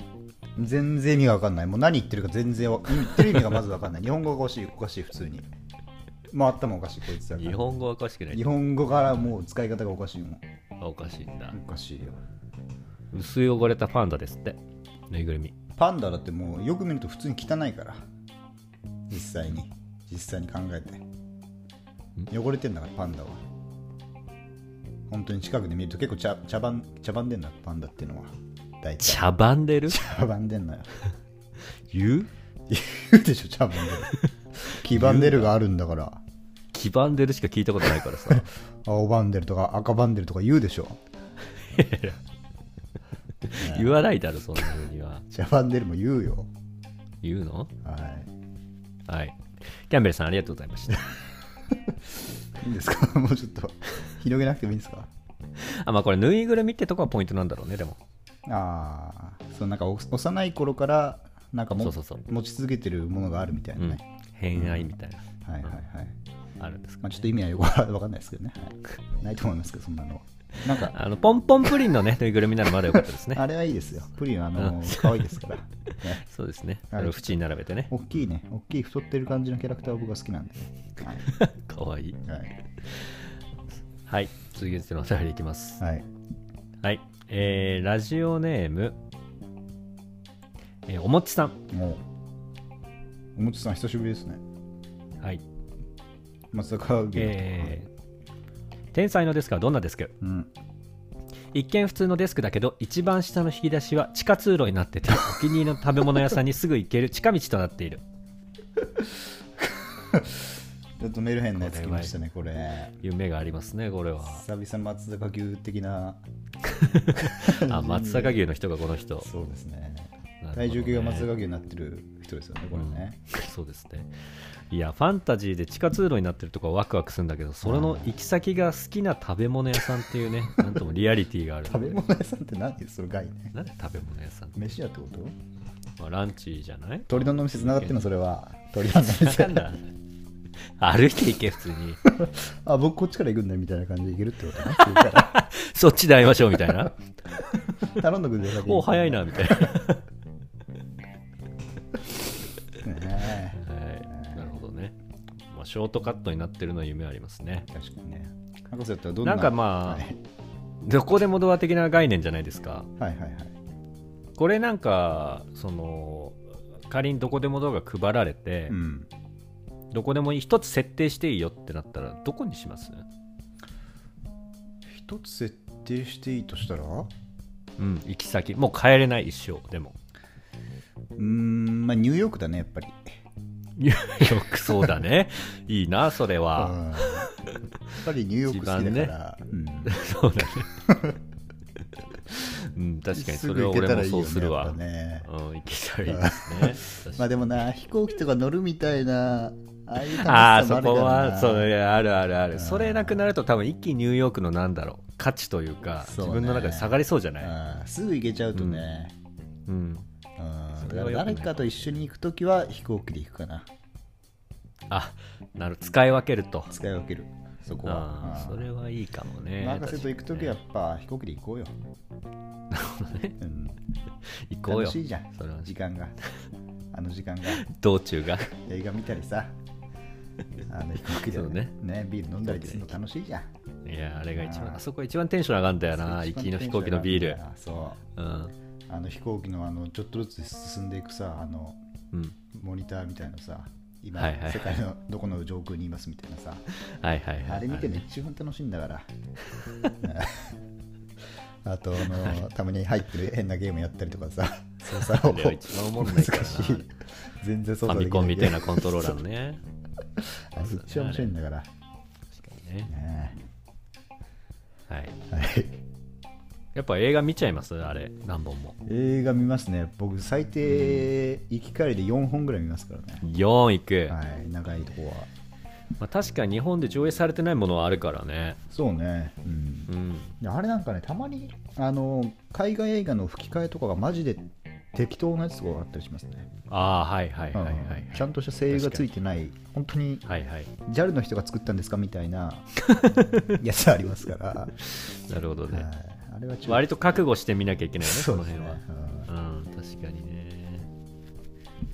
[SPEAKER 2] 全然意味が分かんないもう何言ってるか全然わ言ってる意味がまず分かんない日本語がおかしいおかしい普通にまあ頭おかしいこいつだから
[SPEAKER 1] 日本語はおかしくない
[SPEAKER 2] 日本語からもう使い方がおかしいもん
[SPEAKER 1] あおかしいんだ
[SPEAKER 2] おかしいよ
[SPEAKER 1] 薄汚れたパンダですってぬいぐるみ
[SPEAKER 2] パンダだってもうよく見ると普通に汚いから実際に実際に考えて汚れてんだからパンダは本当に近くで見ると結構茶茶番茶番でんだパンダっていうのは大体
[SPEAKER 1] 茶番でる
[SPEAKER 2] 茶番でんのよ
[SPEAKER 1] 言う
[SPEAKER 2] 言うでしょ茶番でる黄ばんでるがあるんだから
[SPEAKER 1] 黄ばんでるしか聞いたことないからさ
[SPEAKER 2] 青ばんでるとか赤ばんでるとか言うでしょ
[SPEAKER 1] 言わないだろ、そんなふうには。
[SPEAKER 2] ジャパンデルも言うよ。
[SPEAKER 1] 言うの
[SPEAKER 2] はい。
[SPEAKER 1] はい。キャンベルさん、ありがとうございま した。
[SPEAKER 2] いいんですか もうちょっと広げなくてもいいんですか
[SPEAKER 1] あ、まあこれ、ぬいぐるみってとこがポイントなんだろうね、でも。
[SPEAKER 2] ああ、そうなんかお幼い頃からなんかも
[SPEAKER 1] そうそうそう
[SPEAKER 2] 持ち続けてるものがあるみたいうなんね。。
[SPEAKER 1] 偏愛みたいな、
[SPEAKER 2] はいはいはい。
[SPEAKER 1] あるんですか。
[SPEAKER 2] まあ、ちょっと意味はよく わかんないですけどね、はいないと思いますけど、そんなのは。なんか、
[SPEAKER 1] あの、ポンポンプリンのね、ぬいぐるみならまだよかった ですね。
[SPEAKER 2] あれはいいですよ。プリンはあの可愛いですから。ね
[SPEAKER 1] そうですね。
[SPEAKER 2] はい
[SPEAKER 1] あの縁に並べてね。
[SPEAKER 2] 大きいね、大きい太ってる感じのキャラクターは僕は好きなんで、ね。
[SPEAKER 1] かわいい。
[SPEAKER 2] はい。はい
[SPEAKER 1] はい。次のお便りいきます。
[SPEAKER 2] はい。
[SPEAKER 1] はい。えー、ラジオネーム、えーおもっちさん。
[SPEAKER 2] もう、おもちさん、久しぶりですね。
[SPEAKER 1] はい。
[SPEAKER 2] 松坂芸能とか、
[SPEAKER 1] えー天才のデスクはどんなデスク
[SPEAKER 2] うん。
[SPEAKER 1] 一見普通のデスクだけど一番下の引き出しは地下通路にな っててお気に入りの食べ物屋さんにすぐ行ける近道となっている
[SPEAKER 2] ちょっとメルヘンのやつ来ましたね、これ。
[SPEAKER 1] 夢がありますねこれ は
[SPEAKER 2] 久々松坂牛的な、
[SPEAKER 1] あ松阪牛の人がこの人
[SPEAKER 2] そうですね。
[SPEAKER 1] なるほどね
[SPEAKER 2] 体重計が松坂牛になってる人ですよね、これね。
[SPEAKER 1] そうですねいやファンタジーで地下通路になってるとこはワクワクするんだけどそれの行き先が好きな食べ物屋さんって いうねなんともリアリティがある
[SPEAKER 2] 食べ物屋さんって何その概 念。
[SPEAKER 1] なんで食べ物屋さんって、
[SPEAKER 2] 飯屋ってこと
[SPEAKER 1] まあ、ランチじゃない
[SPEAKER 2] 鳥丼の店つながってんのそれは鳥丼の
[SPEAKER 1] な
[SPEAKER 2] 店
[SPEAKER 1] んだ歩いて行け普通に
[SPEAKER 2] あ僕こっちから行くんだみたいな感じで行けるってことねそ れから
[SPEAKER 1] そっちで会いましょうみたいな
[SPEAKER 2] 頼んどくんだよ
[SPEAKER 1] お早いなみたい な、
[SPEAKER 2] ね
[SPEAKER 1] はい、なるほどね、まあ、ショートカットになってるのは夢ありますね
[SPEAKER 2] え確かにね博士だったらどんな
[SPEAKER 1] なんかまあ、
[SPEAKER 2] はい、
[SPEAKER 1] どこでもドア的な概念じゃないですか
[SPEAKER 2] はいはいはい
[SPEAKER 1] これなんかその仮にどこでもドアが配られて、
[SPEAKER 2] うん
[SPEAKER 1] どこでもいい一つ設定していいよってなったらどこにします
[SPEAKER 2] 一つ設定していいとしたらう
[SPEAKER 1] うん行き先もう帰れない一生でも
[SPEAKER 2] ーんまあニューヨークだねやっぱり
[SPEAKER 1] よくそうだねいいなそれ
[SPEAKER 2] う
[SPEAKER 1] は、
[SPEAKER 2] んやっぱりニュー ヨーク好きだから、うん
[SPEAKER 1] そうだねうん確かにそれは俺もそうするわ
[SPEAKER 2] すぐ行けたらいいよねやっぱ
[SPEAKER 1] うん、行き
[SPEAKER 2] ね
[SPEAKER 1] たいで すね
[SPEAKER 2] まあでもな飛行機とか乗るみたいなああいう楽し
[SPEAKER 1] ああ
[SPEAKER 2] さ
[SPEAKER 1] そ
[SPEAKER 2] も
[SPEAKER 1] こ
[SPEAKER 2] あるからな
[SPEAKER 1] はそういやあるあるあ
[SPEAKER 2] うん
[SPEAKER 1] るそれなくなると多分一気にニューヨークのなんだろう価値というか
[SPEAKER 2] そうね
[SPEAKER 1] 自分の中で下がりそうじゃない、
[SPEAKER 2] うんすぐ行けちゃうとね、
[SPEAKER 1] うん、
[SPEAKER 2] うん
[SPEAKER 1] それは良くない
[SPEAKER 2] 誰かと一緒に行くときは飛行機で行くかな
[SPEAKER 1] あなる使い分けると
[SPEAKER 2] 使い分けるそこは
[SPEAKER 1] あー
[SPEAKER 2] うん
[SPEAKER 1] それはいいかもね
[SPEAKER 2] 博士と行くときはやっぱ飛行機で行こうよ、
[SPEAKER 1] 確かにね
[SPEAKER 2] うん、
[SPEAKER 1] 行こう
[SPEAKER 2] 楽
[SPEAKER 1] よ
[SPEAKER 2] しいじゃん
[SPEAKER 1] それは
[SPEAKER 2] 時間があの時間が
[SPEAKER 1] 道中 が
[SPEAKER 2] 映画見たりさあの飛行機で
[SPEAKER 1] そうね
[SPEAKER 2] ビール飲んだりするの楽しいじゃん
[SPEAKER 1] いやあれが一
[SPEAKER 2] あ
[SPEAKER 1] 番
[SPEAKER 2] ー
[SPEAKER 1] あそこ一番テンション上がるんだよな
[SPEAKER 2] そ
[SPEAKER 1] 行
[SPEAKER 2] う一番
[SPEAKER 1] きの
[SPEAKER 2] テン
[SPEAKER 1] 飛
[SPEAKER 2] ション
[SPEAKER 1] 行機のビー
[SPEAKER 2] 上
[SPEAKER 1] ル
[SPEAKER 2] がるからそ
[SPEAKER 1] うん
[SPEAKER 2] うあの飛行機のあのちょっとずつ進んでいくさあの
[SPEAKER 1] うん
[SPEAKER 2] モニターみたいなさ今、
[SPEAKER 1] はいはい
[SPEAKER 2] 世界のどこの上空にいますみたいなさ
[SPEAKER 1] はいはいはい
[SPEAKER 2] あれ見てね、一番楽しいんだから。 あと、あの、たまに入ってる変なゲームやったりとかさ、操作を
[SPEAKER 1] あれは一番おもんないから
[SPEAKER 2] 難
[SPEAKER 1] な
[SPEAKER 2] しい。全然
[SPEAKER 1] ファ
[SPEAKER 2] 操作で
[SPEAKER 1] ミ
[SPEAKER 2] き
[SPEAKER 1] コンみたいな
[SPEAKER 2] ゲ
[SPEAKER 1] コントローラーのね
[SPEAKER 2] ーム。あれ一番面白いんだから。
[SPEAKER 1] 確かにね
[SPEAKER 2] ね
[SPEAKER 1] はい
[SPEAKER 2] えはい
[SPEAKER 1] やっぱ映画見ちゃいますあれ何本も
[SPEAKER 2] 映画見ますね。僕、最低、行き帰りで4本ぐらい見ますからね。
[SPEAKER 1] 4行く、
[SPEAKER 2] はい、長いとこは。
[SPEAKER 1] まあ、確かに日本で上映されてないものはあるからね
[SPEAKER 2] そうね。うん
[SPEAKER 1] うん
[SPEAKER 2] であれなんかね、たまに、あの、海外映画の吹き替えとかがマジで適当なやつとかがあったりしますね。
[SPEAKER 1] ああはいはいはいはいはい
[SPEAKER 2] ちゃんとした声優がついてない本当に
[SPEAKER 1] はいはい
[SPEAKER 2] JAL の人が作ったんですかみたい なやつありますから、は
[SPEAKER 1] なるほど
[SPEAKER 2] い
[SPEAKER 1] ね
[SPEAKER 2] あれはちょっ
[SPEAKER 1] 割と覚悟して見なきゃいけないよね
[SPEAKER 2] そ
[SPEAKER 1] そうの
[SPEAKER 2] ですね
[SPEAKER 1] 辺は
[SPEAKER 2] うん
[SPEAKER 1] うん確かにね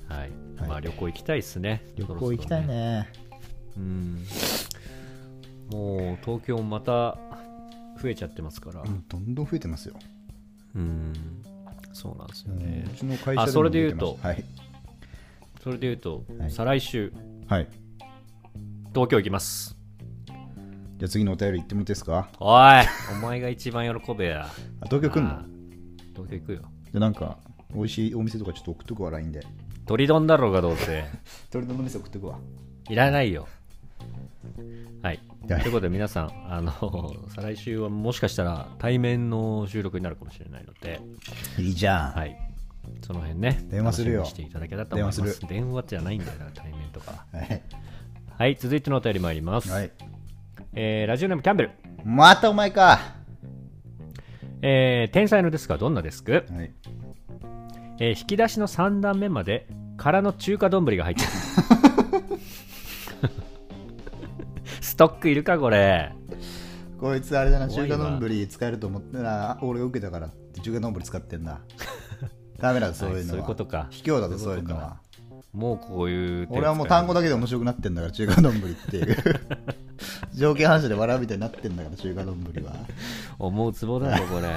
[SPEAKER 1] はい、
[SPEAKER 2] はい
[SPEAKER 1] まあ旅行行きたいっすね
[SPEAKER 2] 旅行行きたい
[SPEAKER 1] そろそろ
[SPEAKER 2] ね
[SPEAKER 1] うんもう東京また増えちゃってますから
[SPEAKER 2] うんどんどん増えてますよ、
[SPEAKER 1] うんそうなんです
[SPEAKER 2] う
[SPEAKER 1] よね
[SPEAKER 2] んうちの会社でも
[SPEAKER 1] あそれで言う
[SPEAKER 2] 増
[SPEAKER 1] と
[SPEAKER 2] えて
[SPEAKER 1] それで言うと、
[SPEAKER 2] はい
[SPEAKER 1] 再来週
[SPEAKER 2] ますはい、はい、
[SPEAKER 1] 東京行きます
[SPEAKER 2] じゃあ次のお便り行ってもらっていいですか
[SPEAKER 1] おいお前が一番喜べや
[SPEAKER 2] あ東京来んの
[SPEAKER 1] ああ東京行くよ
[SPEAKER 2] じゃあなんか美味しいお店とかちょっと送っとくわ LINE で
[SPEAKER 1] 鳥丼だろうがどうせ
[SPEAKER 2] 鳥のお店送っとくわ
[SPEAKER 1] いらないよはい。と
[SPEAKER 2] はい
[SPEAKER 1] いうことで皆さん、あの、再来週はもしかしたら対面の収録になるかもしれないので、
[SPEAKER 2] いいじゃん、
[SPEAKER 1] はい。その辺ね、
[SPEAKER 2] 電話するよ
[SPEAKER 1] 楽しみにしていただけたらと思います。
[SPEAKER 2] 電
[SPEAKER 1] 電
[SPEAKER 2] 話
[SPEAKER 1] 話
[SPEAKER 2] する
[SPEAKER 1] じゃないんだよな、対面とか。
[SPEAKER 2] はい
[SPEAKER 1] はい、続いてのお便り参ります。
[SPEAKER 2] はい
[SPEAKER 1] えーラジオネームキャンベル。
[SPEAKER 2] またお前か、
[SPEAKER 1] えー天才のデスクはどんなデスク、
[SPEAKER 2] はい、
[SPEAKER 1] えー引き出しの3段目まで空の中華丼が入ってる ストックいるかこれ
[SPEAKER 2] こいつあれだな
[SPEAKER 1] 怖
[SPEAKER 2] 中
[SPEAKER 1] いわ
[SPEAKER 2] 華丼使えると思ったらあ俺が受けたからって中華丼使って んだダメだそういうのは、
[SPEAKER 1] はいそういうことか
[SPEAKER 2] 卑怯だぞ
[SPEAKER 1] そ
[SPEAKER 2] そうう
[SPEAKER 1] い
[SPEAKER 2] いう
[SPEAKER 1] こ
[SPEAKER 2] う
[SPEAKER 1] と
[SPEAKER 2] の
[SPEAKER 1] か
[SPEAKER 2] は
[SPEAKER 1] もうこういう手を使えない
[SPEAKER 2] 俺はもう単語だけで面白くなってんだから中華丼っ ていう条件反射で笑うみたいになってんだから中華丼は
[SPEAKER 1] 思うツボだぞこ れ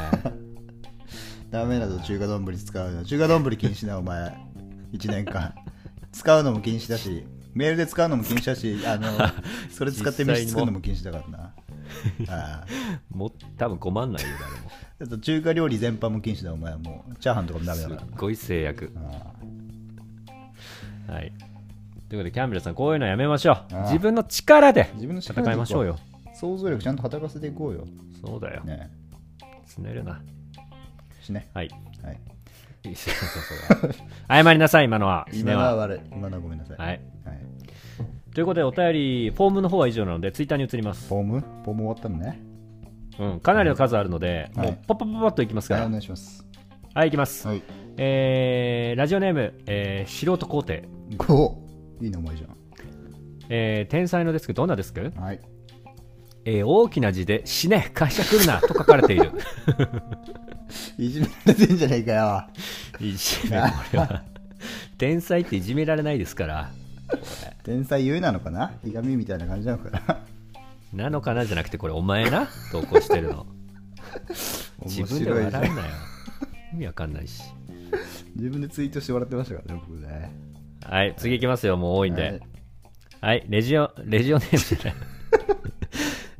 [SPEAKER 2] ダメだぞ中華丼使うの中華丼禁止なお前1年間使うのも禁止だしメールで使うのも禁止だし あのそれ使って飯作るのも禁止だからなああ
[SPEAKER 1] もう多分困んないよ誰も
[SPEAKER 2] あと中華料理全般も禁止だお前はもうチャーハンとかもダメだから
[SPEAKER 1] すっごい制約
[SPEAKER 2] あ
[SPEAKER 1] はいということでキャンベルさんこういうのやめましょう
[SPEAKER 2] ああ
[SPEAKER 1] 自分の力で
[SPEAKER 2] 自分の力で
[SPEAKER 1] 戦いましょうよ
[SPEAKER 2] あ想像力ちゃんと働かせていこうよ
[SPEAKER 1] そうだよ
[SPEAKER 2] ね
[SPEAKER 1] つねるな
[SPEAKER 2] しね
[SPEAKER 1] はい
[SPEAKER 2] はい
[SPEAKER 1] いいっすよそうそう謝りなさい今のは締
[SPEAKER 2] 今
[SPEAKER 1] め
[SPEAKER 2] のは
[SPEAKER 1] は
[SPEAKER 2] 悪い今のはごめんなさい、
[SPEAKER 1] はい
[SPEAKER 2] はい、
[SPEAKER 1] ということでお便りフォームの方は以上なのでツイッターに移ります
[SPEAKER 2] フ、ォームフォーム終わったのね
[SPEAKER 1] うん、かなりの数あるので、
[SPEAKER 2] はい
[SPEAKER 1] もうパッパッパッパッといきますか
[SPEAKER 2] はい
[SPEAKER 1] らはい、
[SPEAKER 2] お願いします
[SPEAKER 1] い、きます、
[SPEAKER 2] はい
[SPEAKER 1] えーラジオネーム、えー素人皇帝、
[SPEAKER 2] 5いい名前じ
[SPEAKER 1] えー天才のデスクどんなデスク
[SPEAKER 2] ゃんはい
[SPEAKER 1] えー大きな字で「死ね会社来るな」と書かれている
[SPEAKER 2] いじめられてんじゃねえかよ
[SPEAKER 1] いじめこれは天才っていじめられないですから
[SPEAKER 2] 天才優なのかなひがみみたいな感じなのかな
[SPEAKER 1] なのかなじゃなくてこれお前な投稿してるの 自
[SPEAKER 2] 面
[SPEAKER 1] 分で
[SPEAKER 2] 白
[SPEAKER 1] 笑
[SPEAKER 2] いうじゃ
[SPEAKER 1] なんよ意味わかんないし
[SPEAKER 2] 自分でツイートして笑ってましたからね僕ね
[SPEAKER 1] はい次いきますよもう多いんで、
[SPEAKER 2] はい
[SPEAKER 1] はい、レジオ、レジオネーム じゃない。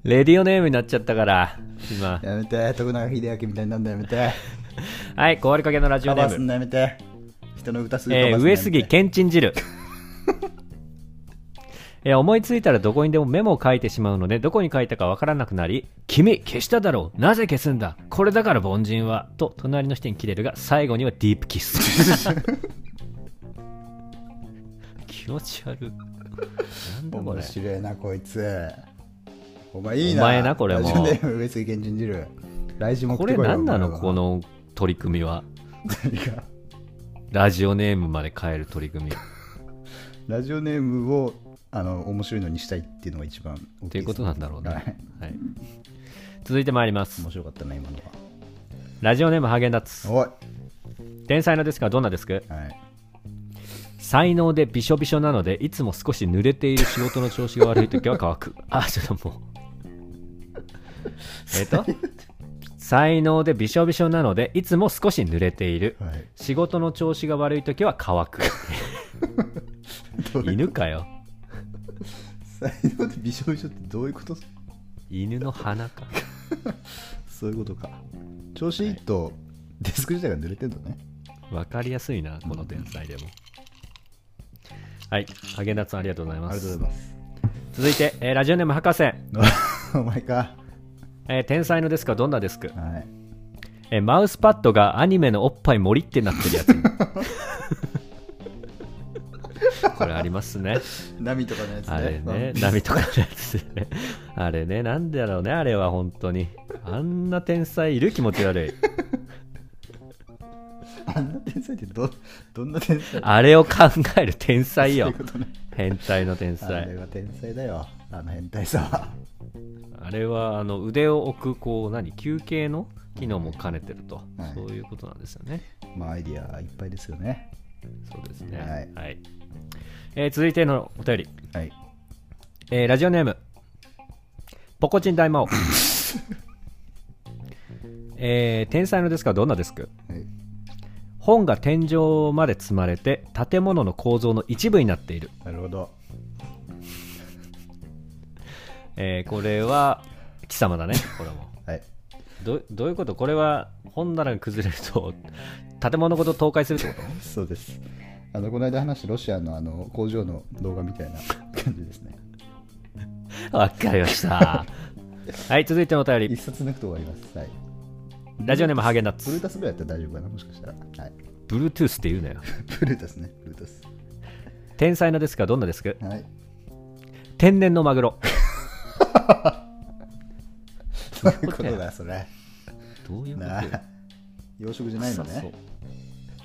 [SPEAKER 1] レディオネームになっちゃったから、今。
[SPEAKER 2] やめて徳永英明みたいになんだや めて
[SPEAKER 1] はい、壊れかけのラジ
[SPEAKER 2] カ
[SPEAKER 1] オネ
[SPEAKER 2] バーす
[SPEAKER 1] ー
[SPEAKER 2] ん
[SPEAKER 1] ム。
[SPEAKER 2] のやめて人の歌すぐカバー
[SPEAKER 1] えー
[SPEAKER 2] すんの
[SPEAKER 1] 上
[SPEAKER 2] やめて
[SPEAKER 1] 杉けんちん汁。 えー思いついたらどこにでもメモを書いてしまうので、どこに書いたかわからなくなり、君、消しただろう。なぜ消すんだ。これだから凡人は。と、隣の人に切れるが、最後にはディープキス。 気持ち悪い。なんだこ
[SPEAKER 2] 面
[SPEAKER 1] れ。
[SPEAKER 2] 白いなこいつお前いいな
[SPEAKER 1] お前なこれも
[SPEAKER 2] ラジオネーム上杉源人汁来週も
[SPEAKER 1] こ
[SPEAKER 2] 来て
[SPEAKER 1] れ
[SPEAKER 2] こいよ
[SPEAKER 1] 何なの
[SPEAKER 2] お前は
[SPEAKER 1] この取り組みは。ラジオネームまで変える取り組み。
[SPEAKER 2] ラジオネームをあの面白いのにしたいっていうのが一番大
[SPEAKER 1] と
[SPEAKER 2] き
[SPEAKER 1] い
[SPEAKER 2] いう
[SPEAKER 1] ことなんだろうね。
[SPEAKER 2] は
[SPEAKER 1] はいい、続いてまいります
[SPEAKER 2] 面。白かったな今のは
[SPEAKER 1] ラジオネームハーゲンダッツ。
[SPEAKER 2] おい
[SPEAKER 1] 天才のデスクはどんなデスク
[SPEAKER 2] はい
[SPEAKER 1] 才能でびしょびしょなので、いつも少し濡れている仕事の調子が悪いときは乾く。あ、ちょっともう。 えっと、才能でびしょびしょなので、いつも少し濡れている。
[SPEAKER 2] はい
[SPEAKER 1] 仕事の調子が悪いときは乾く。
[SPEAKER 2] どういう
[SPEAKER 1] 犬かよ。
[SPEAKER 2] 才能でびしょびしょってどういうこと
[SPEAKER 1] 犬の鼻か。
[SPEAKER 2] そういうことか調子いいと、デスク自体が濡れてんのね
[SPEAKER 1] わかりやすいな、この天才でも。はい、ハーゲンダッツありがとうござい
[SPEAKER 2] あ
[SPEAKER 1] ま
[SPEAKER 2] りがと
[SPEAKER 1] す
[SPEAKER 2] う。ございます
[SPEAKER 1] 続いて、えーラジオネーム博士、
[SPEAKER 2] お前か
[SPEAKER 1] えー天才のデスクはどんなデスク、
[SPEAKER 2] はい
[SPEAKER 1] えーマウスパッドがアニメのおっぱい森ってなってる やつこれありますね
[SPEAKER 2] 波とかのやつね
[SPEAKER 1] あれ
[SPEAKER 2] まあ
[SPEAKER 1] ね波とかのやつねあれねなんだろうねあれは本当にあんな天才いる気持ち悪い
[SPEAKER 2] あんな天才ってどどんな天才
[SPEAKER 1] あれを考える天才
[SPEAKER 2] そう
[SPEAKER 1] よ
[SPEAKER 2] いうことね
[SPEAKER 1] 変態の天
[SPEAKER 2] あれ
[SPEAKER 1] 才
[SPEAKER 2] は天才だよあの変態さは
[SPEAKER 1] あれはあの腕を置くこう何休憩の機能も兼ねてると、
[SPEAKER 2] はい
[SPEAKER 1] そういうことなんですよね
[SPEAKER 2] まあアイディアいっぱいですよね
[SPEAKER 1] そうですね。
[SPEAKER 2] はい
[SPEAKER 1] えー続いてのお便り、
[SPEAKER 2] はい
[SPEAKER 1] えーラジオネーム、ポコチン大魔王。 えー天才のデスクはどんなデスク
[SPEAKER 2] はい
[SPEAKER 1] 本が天井まで積まれて建物の構造の一部になっている、
[SPEAKER 2] なるほど
[SPEAKER 1] えーこれは貴様だねこれも
[SPEAKER 2] はい
[SPEAKER 1] どどういうことこれは本棚が崩れると建物ごと倒壊するってこ
[SPEAKER 2] そうですあのこの間話したロシアのあの工場の動画みたいな感じですね
[SPEAKER 1] わかりました。 はい、続いてのお便
[SPEAKER 2] 一
[SPEAKER 1] り。
[SPEAKER 2] 冊抜くと終わります。はい。
[SPEAKER 1] ラジオネームハーゲンダッ
[SPEAKER 2] ブルー
[SPEAKER 1] ツ。
[SPEAKER 2] タスぐらいだったら大丈夫かな、もしかした ら。はい。
[SPEAKER 1] ブルートゥースって言うなよ。
[SPEAKER 2] ブルータスね、ブルータス。
[SPEAKER 1] 天才のデスクはどんなデスク
[SPEAKER 2] はい。
[SPEAKER 1] 天然のマグロ。
[SPEAKER 2] そういうことだ、それ。
[SPEAKER 1] どういうこと
[SPEAKER 2] なあ。養殖じゃないの
[SPEAKER 1] そうそう
[SPEAKER 2] ね。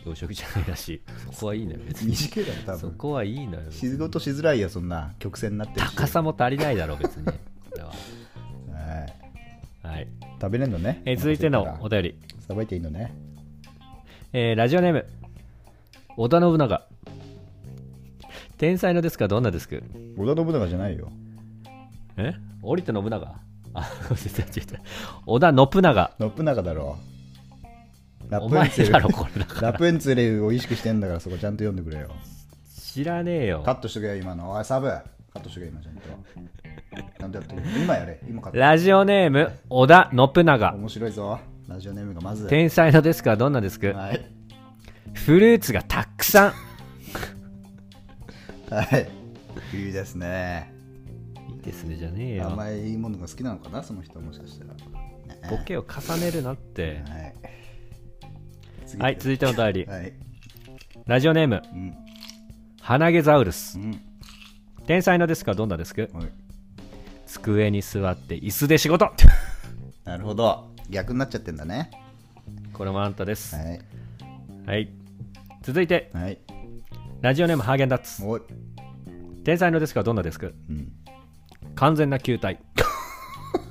[SPEAKER 1] 養殖じゃないらしい。そこはいいのよ、別に。
[SPEAKER 2] 短いだろ、多
[SPEAKER 1] そ
[SPEAKER 2] 分。
[SPEAKER 1] こはいいのよ。
[SPEAKER 2] 仕事しづらいよ、そんな曲線になってるし。
[SPEAKER 1] 高さも足りないだろ、 別に。これは。
[SPEAKER 2] はい。
[SPEAKER 1] はい。
[SPEAKER 2] 食べれんのね。
[SPEAKER 1] えー続いて
[SPEAKER 2] お
[SPEAKER 1] のお
[SPEAKER 2] 腹
[SPEAKER 1] 便り。
[SPEAKER 2] 空いたらさばいていいのね。
[SPEAKER 1] えーラジオネーム織田信長天才のデスクはどんなデスク
[SPEAKER 2] 織田信長じゃないよ。
[SPEAKER 1] え織田信長 あ違う違う違う織田信長
[SPEAKER 2] 信長だろ。ラ
[SPEAKER 1] お
[SPEAKER 2] プエ
[SPEAKER 1] 前
[SPEAKER 2] ンツェル
[SPEAKER 1] だろこれだから
[SPEAKER 2] ラプエンツェルを意識してんだからそこちゃんと読んでくれよ。
[SPEAKER 1] 知らねえよ
[SPEAKER 2] カットしとけよ今の。おいサブ。カットしとけ今 ちゃんと。ちゃんとやってくれ。今やれ。今カッ
[SPEAKER 1] ラジオネーム織田信
[SPEAKER 2] ト。
[SPEAKER 1] 長
[SPEAKER 2] 面白いぞ。ラジオネームがまず。は
[SPEAKER 1] 天才のデスクはどんなデスク
[SPEAKER 2] い。
[SPEAKER 1] フルーツがたくさ
[SPEAKER 2] はい。いいですね。
[SPEAKER 1] んいいですねじゃねえよ
[SPEAKER 2] 甘いものが好きなのかなその人もしかしたら。
[SPEAKER 1] ボケを重ねるなって
[SPEAKER 2] はい。次
[SPEAKER 1] はい続いてのお便り
[SPEAKER 2] はい。
[SPEAKER 1] ラジオネーム
[SPEAKER 2] うん。
[SPEAKER 1] 鼻毛ザウルス
[SPEAKER 2] うん。
[SPEAKER 1] 天才のデスクはどんなデスク
[SPEAKER 2] はい。
[SPEAKER 1] 机に座って椅子で仕 事
[SPEAKER 2] なるほど。逆になっちゃってんだね。
[SPEAKER 1] これもあんたです
[SPEAKER 2] はい。
[SPEAKER 1] はい。続いて、
[SPEAKER 2] はい。
[SPEAKER 1] ラジオネームハーゲンダッツ。
[SPEAKER 2] おい。
[SPEAKER 1] 天才のデスクはどんなデスク
[SPEAKER 2] うん。
[SPEAKER 1] 完全な球体。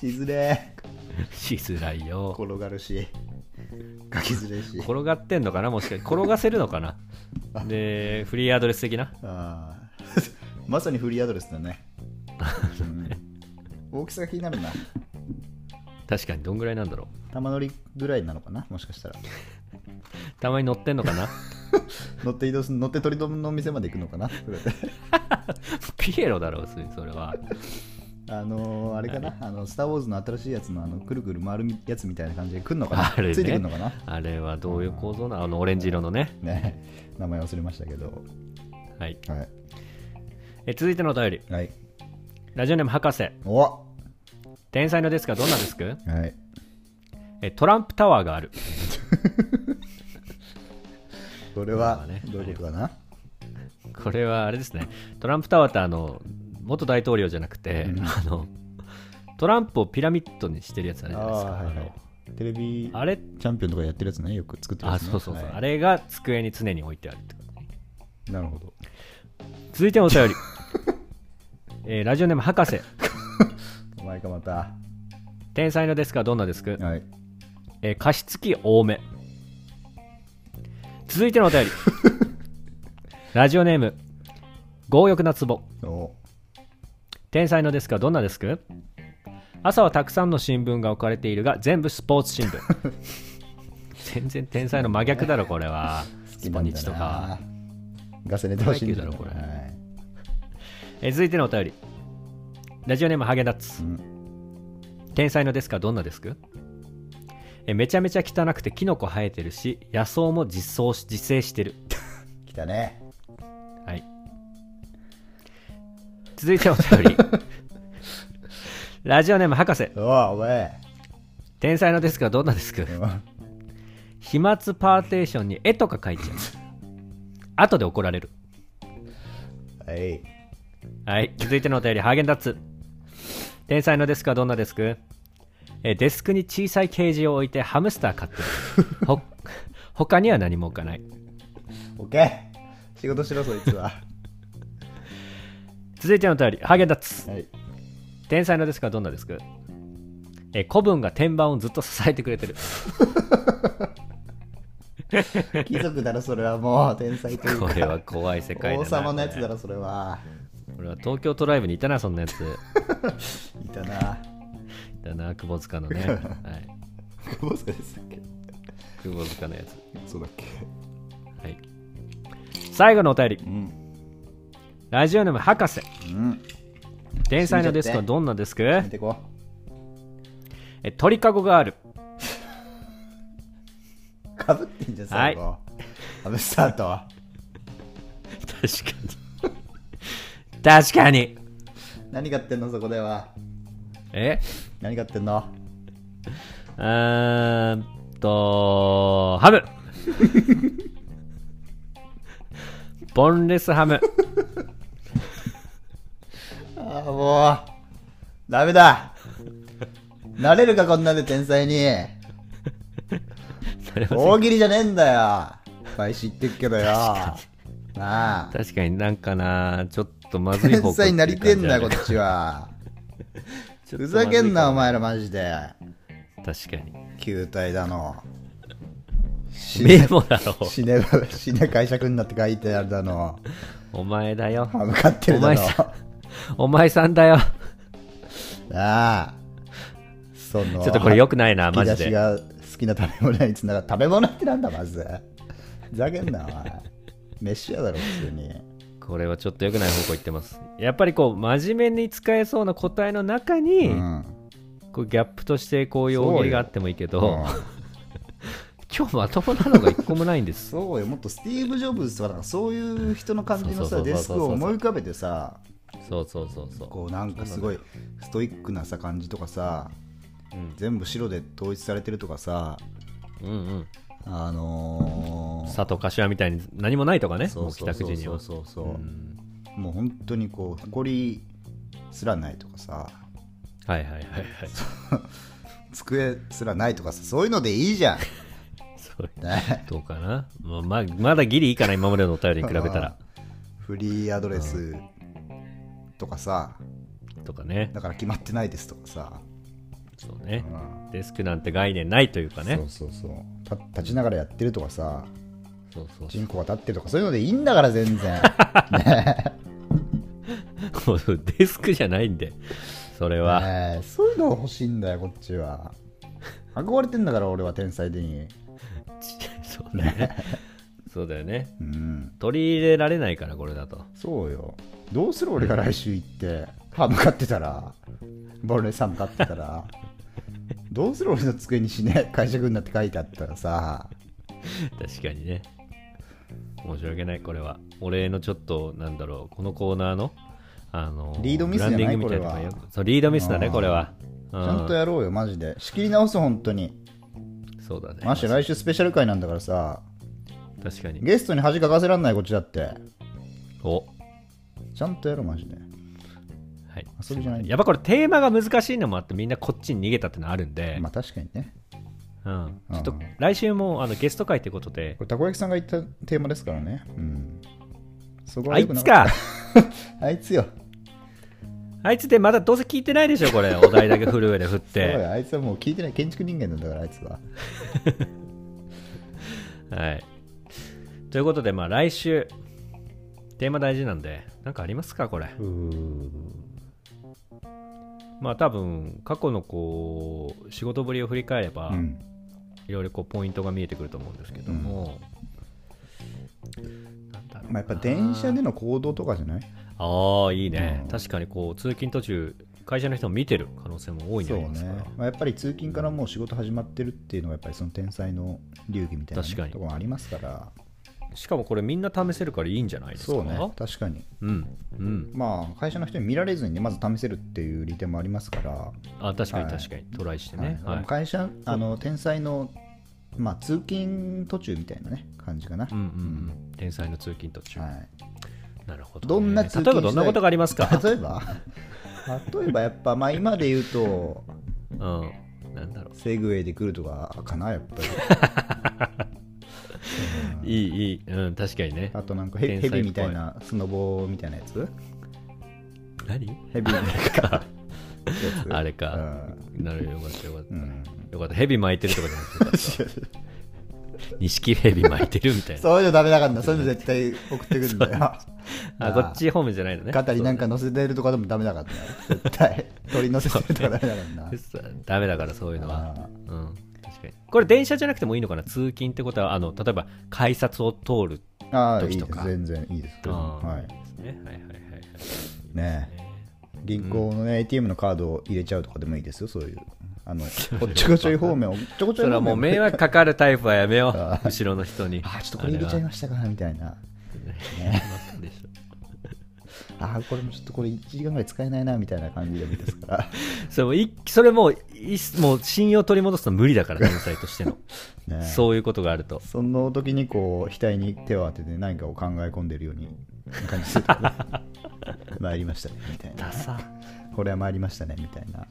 [SPEAKER 2] しずれー。
[SPEAKER 1] しづらいよ。
[SPEAKER 2] 転がるし。書きずれし。
[SPEAKER 1] 転がってんのかなもしかして。転がせるのか なで、フリーアドレス的な。
[SPEAKER 2] あー まさにフリーアドレス だね。うん大きさが気になるな。
[SPEAKER 1] 確かに、どんぐらいなんだろ
[SPEAKER 2] 玉乗りぐらいなのかな、もしかしたら。
[SPEAKER 1] う。たまに乗ってんのか な
[SPEAKER 2] 乗って移動す乗って鳥丼の店まで行くのかな、 それで
[SPEAKER 1] ピエロだろう、普通にそれは。
[SPEAKER 2] あのー、あれかな、あの、スター・ウォーズの新しいやつの、あの、くるくる回るやつみたいな感じで来るのかな、
[SPEAKER 1] あれね
[SPEAKER 2] ついてくるのかな。
[SPEAKER 1] あれはどういう構造なのあのオレンジ色のね。
[SPEAKER 2] ね、名前忘れましたけど。
[SPEAKER 1] はい。
[SPEAKER 2] は
[SPEAKER 1] え続いてのお便り。
[SPEAKER 2] い。はい。
[SPEAKER 1] ラジオネーム博士。
[SPEAKER 2] おは
[SPEAKER 1] 天才のデスクはどんなデスク
[SPEAKER 2] い。
[SPEAKER 1] えトランプタワーがある。
[SPEAKER 2] これ
[SPEAKER 1] まあ
[SPEAKER 2] は
[SPEAKER 1] ね、
[SPEAKER 2] どういうことかな。
[SPEAKER 1] これはあれですね、トランプタワーってあの元大統領じゃなくて、
[SPEAKER 2] うん
[SPEAKER 1] あのトランプをピラミッドにしてるやつあるじゃないですか。
[SPEAKER 2] あーはいはいテレビ
[SPEAKER 1] あのあれ、
[SPEAKER 2] チャンピオンとかやってるやつね、よく作ってる
[SPEAKER 1] あ
[SPEAKER 2] やつ、ね。
[SPEAKER 1] そうそうそう、
[SPEAKER 2] はい
[SPEAKER 1] あれが机に常に置いてあるってことね。
[SPEAKER 2] なるほど。
[SPEAKER 1] 続いてのお便 り、えーラジオネーム博士、
[SPEAKER 2] お前かまた。
[SPEAKER 1] 天才のデスクはどんなデスク、
[SPEAKER 2] はい。
[SPEAKER 1] えー加湿器多め。続いてのお便り、ラジオネーム、強欲な壺。
[SPEAKER 2] お
[SPEAKER 1] 天才のデスクはどんなデスク朝はたくさんの新聞が置かれているが全部スポーツ新聞全然天才の真逆だろこれはスポニチとかは。
[SPEAKER 2] ガセネタを信じ
[SPEAKER 1] プロ野球だろこれ
[SPEAKER 2] はい
[SPEAKER 1] え続いてのお便りラジオネームハーゲンダッツ
[SPEAKER 2] うん
[SPEAKER 1] 天才のデスクはどんなデスクえめちゃめちゃ汚くてキノコ生えてるし野草も自走し自生してる
[SPEAKER 2] 来たね。
[SPEAKER 1] はい続いてのお便りラジオネーム博士
[SPEAKER 2] おお、お前。
[SPEAKER 1] 天才のデスクはどんなデスク
[SPEAKER 2] うん
[SPEAKER 1] 飛沫パーテーションに絵とか描いちゃう後で怒られる
[SPEAKER 2] はい。
[SPEAKER 1] はい続いてのお便りハーゲンダッツ天才のデスクはどんなデスクえデスクに小さいケージを置いてハムスター飼ってるほ他には何も置かない
[SPEAKER 2] オッケー。仕事しろ、そいつは。
[SPEAKER 1] 続いてのお便りハーゲンダッツ
[SPEAKER 2] はい。
[SPEAKER 1] 天才のデスクはどんなデスクえ古文が天板をずっと支えてくれてる
[SPEAKER 2] 貴族だろ、それはもう。天才という か。
[SPEAKER 1] これは怖い世界だな
[SPEAKER 2] 王様のやつだ
[SPEAKER 1] こ
[SPEAKER 2] ろ、それは。
[SPEAKER 1] れこれは東京トライブにいたなそんなやつ
[SPEAKER 2] いたな。
[SPEAKER 1] いたな窪塚の ね、はい、
[SPEAKER 2] ボスですっけ
[SPEAKER 1] 窪塚のやつ
[SPEAKER 2] そうだっけ。
[SPEAKER 1] はい。最後のお便り、
[SPEAKER 2] うん。
[SPEAKER 1] ラジオネーム博士。
[SPEAKER 2] うん。
[SPEAKER 1] 天才のデスクはどんなデスク
[SPEAKER 2] 見てこ
[SPEAKER 1] え鳥かごがある。
[SPEAKER 2] う。かぶってんじゃん、最後。ハムスターと。
[SPEAKER 1] 確かに。確かに。
[SPEAKER 2] 何買ってんのそこでは
[SPEAKER 1] え
[SPEAKER 2] 何買ってんの
[SPEAKER 1] うーんと、ハ ムボンレスハム。
[SPEAKER 2] ああもうダメだなれるかこんなで天 才に
[SPEAKER 1] なれません
[SPEAKER 2] 大喜利じゃねえんだよ毎週言ってっけどよなあ
[SPEAKER 1] 確かになんかな、ちょっとまずい方向
[SPEAKER 2] 天才になりてんだよ
[SPEAKER 1] っていう感じある
[SPEAKER 2] こっち は
[SPEAKER 1] ちょっとま
[SPEAKER 2] ふ
[SPEAKER 1] ずい
[SPEAKER 2] ざ
[SPEAKER 1] か
[SPEAKER 2] けんなお前らマジで
[SPEAKER 1] 確かに。
[SPEAKER 2] 球体だの死
[SPEAKER 1] 名簿だろ。
[SPEAKER 2] 死ねば死ね解釈になって書いてあるだの
[SPEAKER 1] お前だよ。
[SPEAKER 2] 歯向かってるだ
[SPEAKER 1] お前
[SPEAKER 2] の
[SPEAKER 1] さお前さんだよ。
[SPEAKER 2] なあその
[SPEAKER 1] ちょっとこれ良くないな、マジ
[SPEAKER 2] 引き出
[SPEAKER 1] で。
[SPEAKER 2] しが好きな食べ物につながる食べ物ってなんだまずふざけんなお前飯屋だろ普通に
[SPEAKER 1] これはちょっと良くない方向行ってます。やっぱりこう、真面目に使えそうな答えの中に、
[SPEAKER 2] うん
[SPEAKER 1] こうギャップとしてこういう大喜利があってもいいけど、
[SPEAKER 2] うん
[SPEAKER 1] 今日まともなのが一個もないんです。
[SPEAKER 2] そうよもっとスティーブ・ジョブズとかなんかそういう人の感じ
[SPEAKER 1] そ
[SPEAKER 2] のさ
[SPEAKER 1] うそうそうそう
[SPEAKER 2] デスクを思い浮かべてさ
[SPEAKER 1] そうそうそうそう。
[SPEAKER 2] こうなんかすごいストイックなさ感じとかさ
[SPEAKER 1] うん
[SPEAKER 2] 全部白で統一されてるとかさ
[SPEAKER 1] うん
[SPEAKER 2] あの
[SPEAKER 1] うん。
[SPEAKER 2] ー
[SPEAKER 1] 佐藤柏みたいに何もないとかね、
[SPEAKER 2] そうそう
[SPEAKER 1] もう帰
[SPEAKER 2] そう
[SPEAKER 1] 宅時に
[SPEAKER 2] そ
[SPEAKER 1] は。
[SPEAKER 2] うそうそううんもう本当にこう埃すらないとかさ
[SPEAKER 1] はいはいはいはい。
[SPEAKER 2] 机すらないとかさそういうのでいいじゃん
[SPEAKER 1] それ
[SPEAKER 2] ね
[SPEAKER 1] どうかな、まあ、ままだギリいいかな、今までのお便りに比べたら。
[SPEAKER 2] フリーアドレスとかさ
[SPEAKER 1] とかね。
[SPEAKER 2] だから決まってないですとかさ、
[SPEAKER 1] そうね
[SPEAKER 2] う。ん
[SPEAKER 1] デスクなんて概念ないというかね。
[SPEAKER 2] そうそうそうた立ちながらやってるとかさ
[SPEAKER 1] そうそう
[SPEAKER 2] 人口が立ってるとかそういうのでいいんだから全然
[SPEAKER 1] もうデスクじゃないんで、それは。
[SPEAKER 2] ねえそういうの欲しいんだよこっちは憧れてんだから俺は天才でに
[SPEAKER 1] そうだよね。そうだよね。
[SPEAKER 2] うん
[SPEAKER 1] 取り入れられないから、これだと。
[SPEAKER 2] そうよどうする俺が来週行って歯向かってたらボルネさん向かってたらどうする俺の机に死ね解釈になって書いてあったらさ
[SPEAKER 1] 確かにね。申し訳ない、これは。俺のちょっと、なんだろう、このコーナーの、あの
[SPEAKER 2] リードミスじゃない
[SPEAKER 1] ブランディングみたいなのがよ
[SPEAKER 2] これ
[SPEAKER 1] そう、リードミスだね、
[SPEAKER 2] うん
[SPEAKER 1] これは。ち
[SPEAKER 2] ちゃんとやろうよマジで仕切り直す本当に
[SPEAKER 1] そうだね。
[SPEAKER 2] まして来週スペシャル回なんだからさ
[SPEAKER 1] 確かに。
[SPEAKER 2] ゲストに恥かかせらんないこっちだって
[SPEAKER 1] お
[SPEAKER 2] ちゃんとやろうマジで
[SPEAKER 1] はい、
[SPEAKER 2] 遊びじゃない
[SPEAKER 1] やっぱこれテーマが難しいのもあってみんなこっちに逃げたってのあるんで、
[SPEAKER 2] まあ確かにね
[SPEAKER 1] うん、ちょっ
[SPEAKER 2] う
[SPEAKER 1] と
[SPEAKER 2] ん
[SPEAKER 1] 来週もあのゲスト会ということで
[SPEAKER 2] これたこ焼きさんが言ったテーマですからねうんそこ
[SPEAKER 1] あ
[SPEAKER 2] は良
[SPEAKER 1] い
[SPEAKER 2] くな
[SPEAKER 1] つ
[SPEAKER 2] かっ
[SPEAKER 1] か
[SPEAKER 2] たあいつよ
[SPEAKER 1] あいつでまだどうせ聞いてないでしょ これお題だけフルウェで振っ
[SPEAKER 2] そう
[SPEAKER 1] て、
[SPEAKER 2] よあいつはもう聞いてない建築人間なんだからあいつは
[SPEAKER 1] はい、ということでまあ来週テーマ大事なんで何かありますかこれまあ多分過去のこう仕事ぶりを振り返れば、
[SPEAKER 2] うん
[SPEAKER 1] いろいろこうポイントが見えてくると思うんですけども、なんだろう
[SPEAKER 2] まあ、やっぱ電車での行動とかじゃない
[SPEAKER 1] ああいいね、
[SPEAKER 2] うん
[SPEAKER 1] 確かにこう通勤途中会社の人も見てる可能性も大いに
[SPEAKER 2] そ
[SPEAKER 1] あ
[SPEAKER 2] う
[SPEAKER 1] りますから、
[SPEAKER 2] ね、まあ、やっぱり通勤からもう仕事始まってるっていうのはやっぱりその天才の流儀みたいなね、
[SPEAKER 1] 確かに
[SPEAKER 2] ところもありますから
[SPEAKER 1] しかもこれみんな試せるからいいんじゃないですか
[SPEAKER 2] そうね確かに
[SPEAKER 1] うんうん
[SPEAKER 2] まあ会社の人に見られずにねまず試せるっていう利点もありますから、
[SPEAKER 1] あ確かに
[SPEAKER 2] はい
[SPEAKER 1] 確かに、トライしてね、
[SPEAKER 2] はい
[SPEAKER 1] はい
[SPEAKER 2] 会社あの天才の、まあ、通勤途中みたいなね感じかな、
[SPEAKER 1] うんうんうん天才の通勤途中、
[SPEAKER 2] はい、
[SPEAKER 1] なるほど、ね、
[SPEAKER 2] どんな通勤
[SPEAKER 1] 例えばどんな
[SPEAKER 2] 時代
[SPEAKER 1] ことがあります か
[SPEAKER 2] 例えば例えばやっぱ、まあ、今で言うと
[SPEAKER 1] うんなんだろ
[SPEAKER 2] セグウェイで来るとかかなやっ ぱり
[SPEAKER 1] ういいいいうん確かにね
[SPEAKER 2] あとなんかヘ
[SPEAKER 1] 天才
[SPEAKER 2] ヘ
[SPEAKER 1] っぽい
[SPEAKER 2] ビみたいなスノボみたいなやつ
[SPEAKER 1] 何
[SPEAKER 2] ヘビみたいなや つ
[SPEAKER 1] あれか、なるよよかったよかった、
[SPEAKER 2] う んうん
[SPEAKER 1] よかったヘビ巻いてるとかじゃなくてよかった錦ヘビ巻いてるみたいな
[SPEAKER 2] そういうのダメだからなそういうの絶対送 ってくるんだよ
[SPEAKER 1] あこっち方面じゃないのね
[SPEAKER 2] 肩になんか乗せてるとかでもダメだからな絶対鳥乗せてるとかダメだからな
[SPEAKER 1] そうねダメだからそういうのは
[SPEAKER 2] あ
[SPEAKER 1] うん、確かにこれ電車じゃなくてもいいのかな通勤ってことはあの例えば改札を通る
[SPEAKER 2] ああい
[SPEAKER 1] 時
[SPEAKER 2] い
[SPEAKER 1] と
[SPEAKER 2] で
[SPEAKER 1] か
[SPEAKER 2] す全然いいですけど
[SPEAKER 1] あー
[SPEAKER 2] はいい
[SPEAKER 1] いですねはいはいはいはい
[SPEAKER 2] ねえ銀行のね ATM のカードを入れちゃうとかでもいいですよそういうあ のおっちょこちょい方面おっちょこち
[SPEAKER 1] そ
[SPEAKER 2] ょい方面
[SPEAKER 1] れはもう迷惑かかるタイプはやめよ
[SPEAKER 2] あ
[SPEAKER 1] う後ろの人に
[SPEAKER 2] あーちょっとこれ入れちゃい
[SPEAKER 1] ま
[SPEAKER 2] ましたからみたいな
[SPEAKER 1] すねわかるでしょ
[SPEAKER 2] ああこれもちょっとこれ1時間ぐらい使えないなみたいな感じでもいいですから
[SPEAKER 1] それもいそれもういもう信用取り戻すのは無理だから天才としての
[SPEAKER 2] ね
[SPEAKER 1] そういうことがあると
[SPEAKER 2] その時にこう額に手を当てて何かを考え込んでるように感じするとかね 参りましたねみたいな
[SPEAKER 1] ダサ
[SPEAKER 2] これは参りましたねみたいな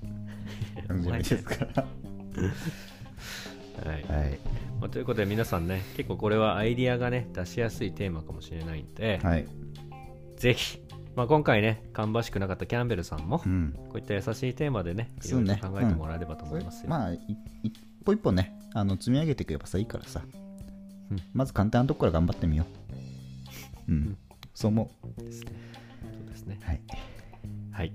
[SPEAKER 2] 感じじゃないですから
[SPEAKER 1] はい、
[SPEAKER 2] はい
[SPEAKER 1] まあということで皆さんね結構これはアイディアがね出しやすいテーマかもしれないんで、
[SPEAKER 2] はい
[SPEAKER 1] ぜひ、まあ、今回ね芳しくなかったキャンベルさんも、
[SPEAKER 2] うん
[SPEAKER 1] こういった優しいテーマでねい
[SPEAKER 2] そ
[SPEAKER 1] ろ
[SPEAKER 2] う
[SPEAKER 1] いろ
[SPEAKER 2] ね
[SPEAKER 1] 考えてもらえればと思いますよ、
[SPEAKER 2] まあい一歩一歩ねあの積み上げていけばさいいからさ、
[SPEAKER 1] うん
[SPEAKER 2] まず簡単なとこから頑張ってみよううん、
[SPEAKER 1] ん
[SPEAKER 2] そう思う
[SPEAKER 1] ですねそうですね
[SPEAKER 2] はい
[SPEAKER 1] はい、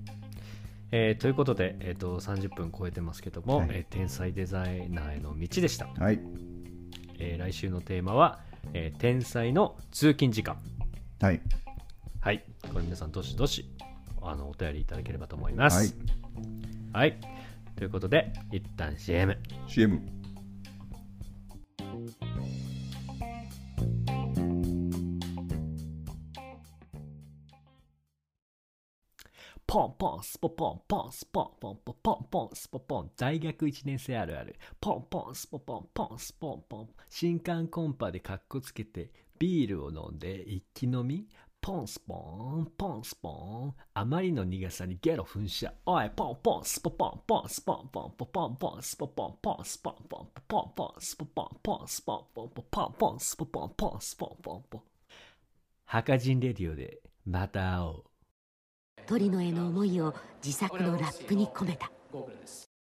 [SPEAKER 1] えーということで、えー、と30分超えてますけども、
[SPEAKER 2] はい
[SPEAKER 1] えー天才デザイナーへの道でした、
[SPEAKER 2] はい
[SPEAKER 1] えー来週のテーマは、えー天才の通勤時間
[SPEAKER 2] はい
[SPEAKER 1] はいこれ皆さんどしどしあのお便りいただければと思います
[SPEAKER 2] はい、
[SPEAKER 1] はい、ということで一旦 CM
[SPEAKER 2] CM
[SPEAKER 1] ポンポンスポポンポンスポンポンポンポンポンスポポン大学1年生あるあるポンポンスポポンポンスポンポン新刊コンパでカッコつけてビールを飲んで一気飲みポンスポンポンスポンあまりの苦さにゲロ噴射おいポンポンスポポンポンスポンポンポンポンポンスポポンポンスポンポンポンポンスポポンポンスポンポンポンポンポンスポポンポンスポンポンポン墓人レディオでまた会おう
[SPEAKER 3] 鳥野への思いを自作のラップに込めた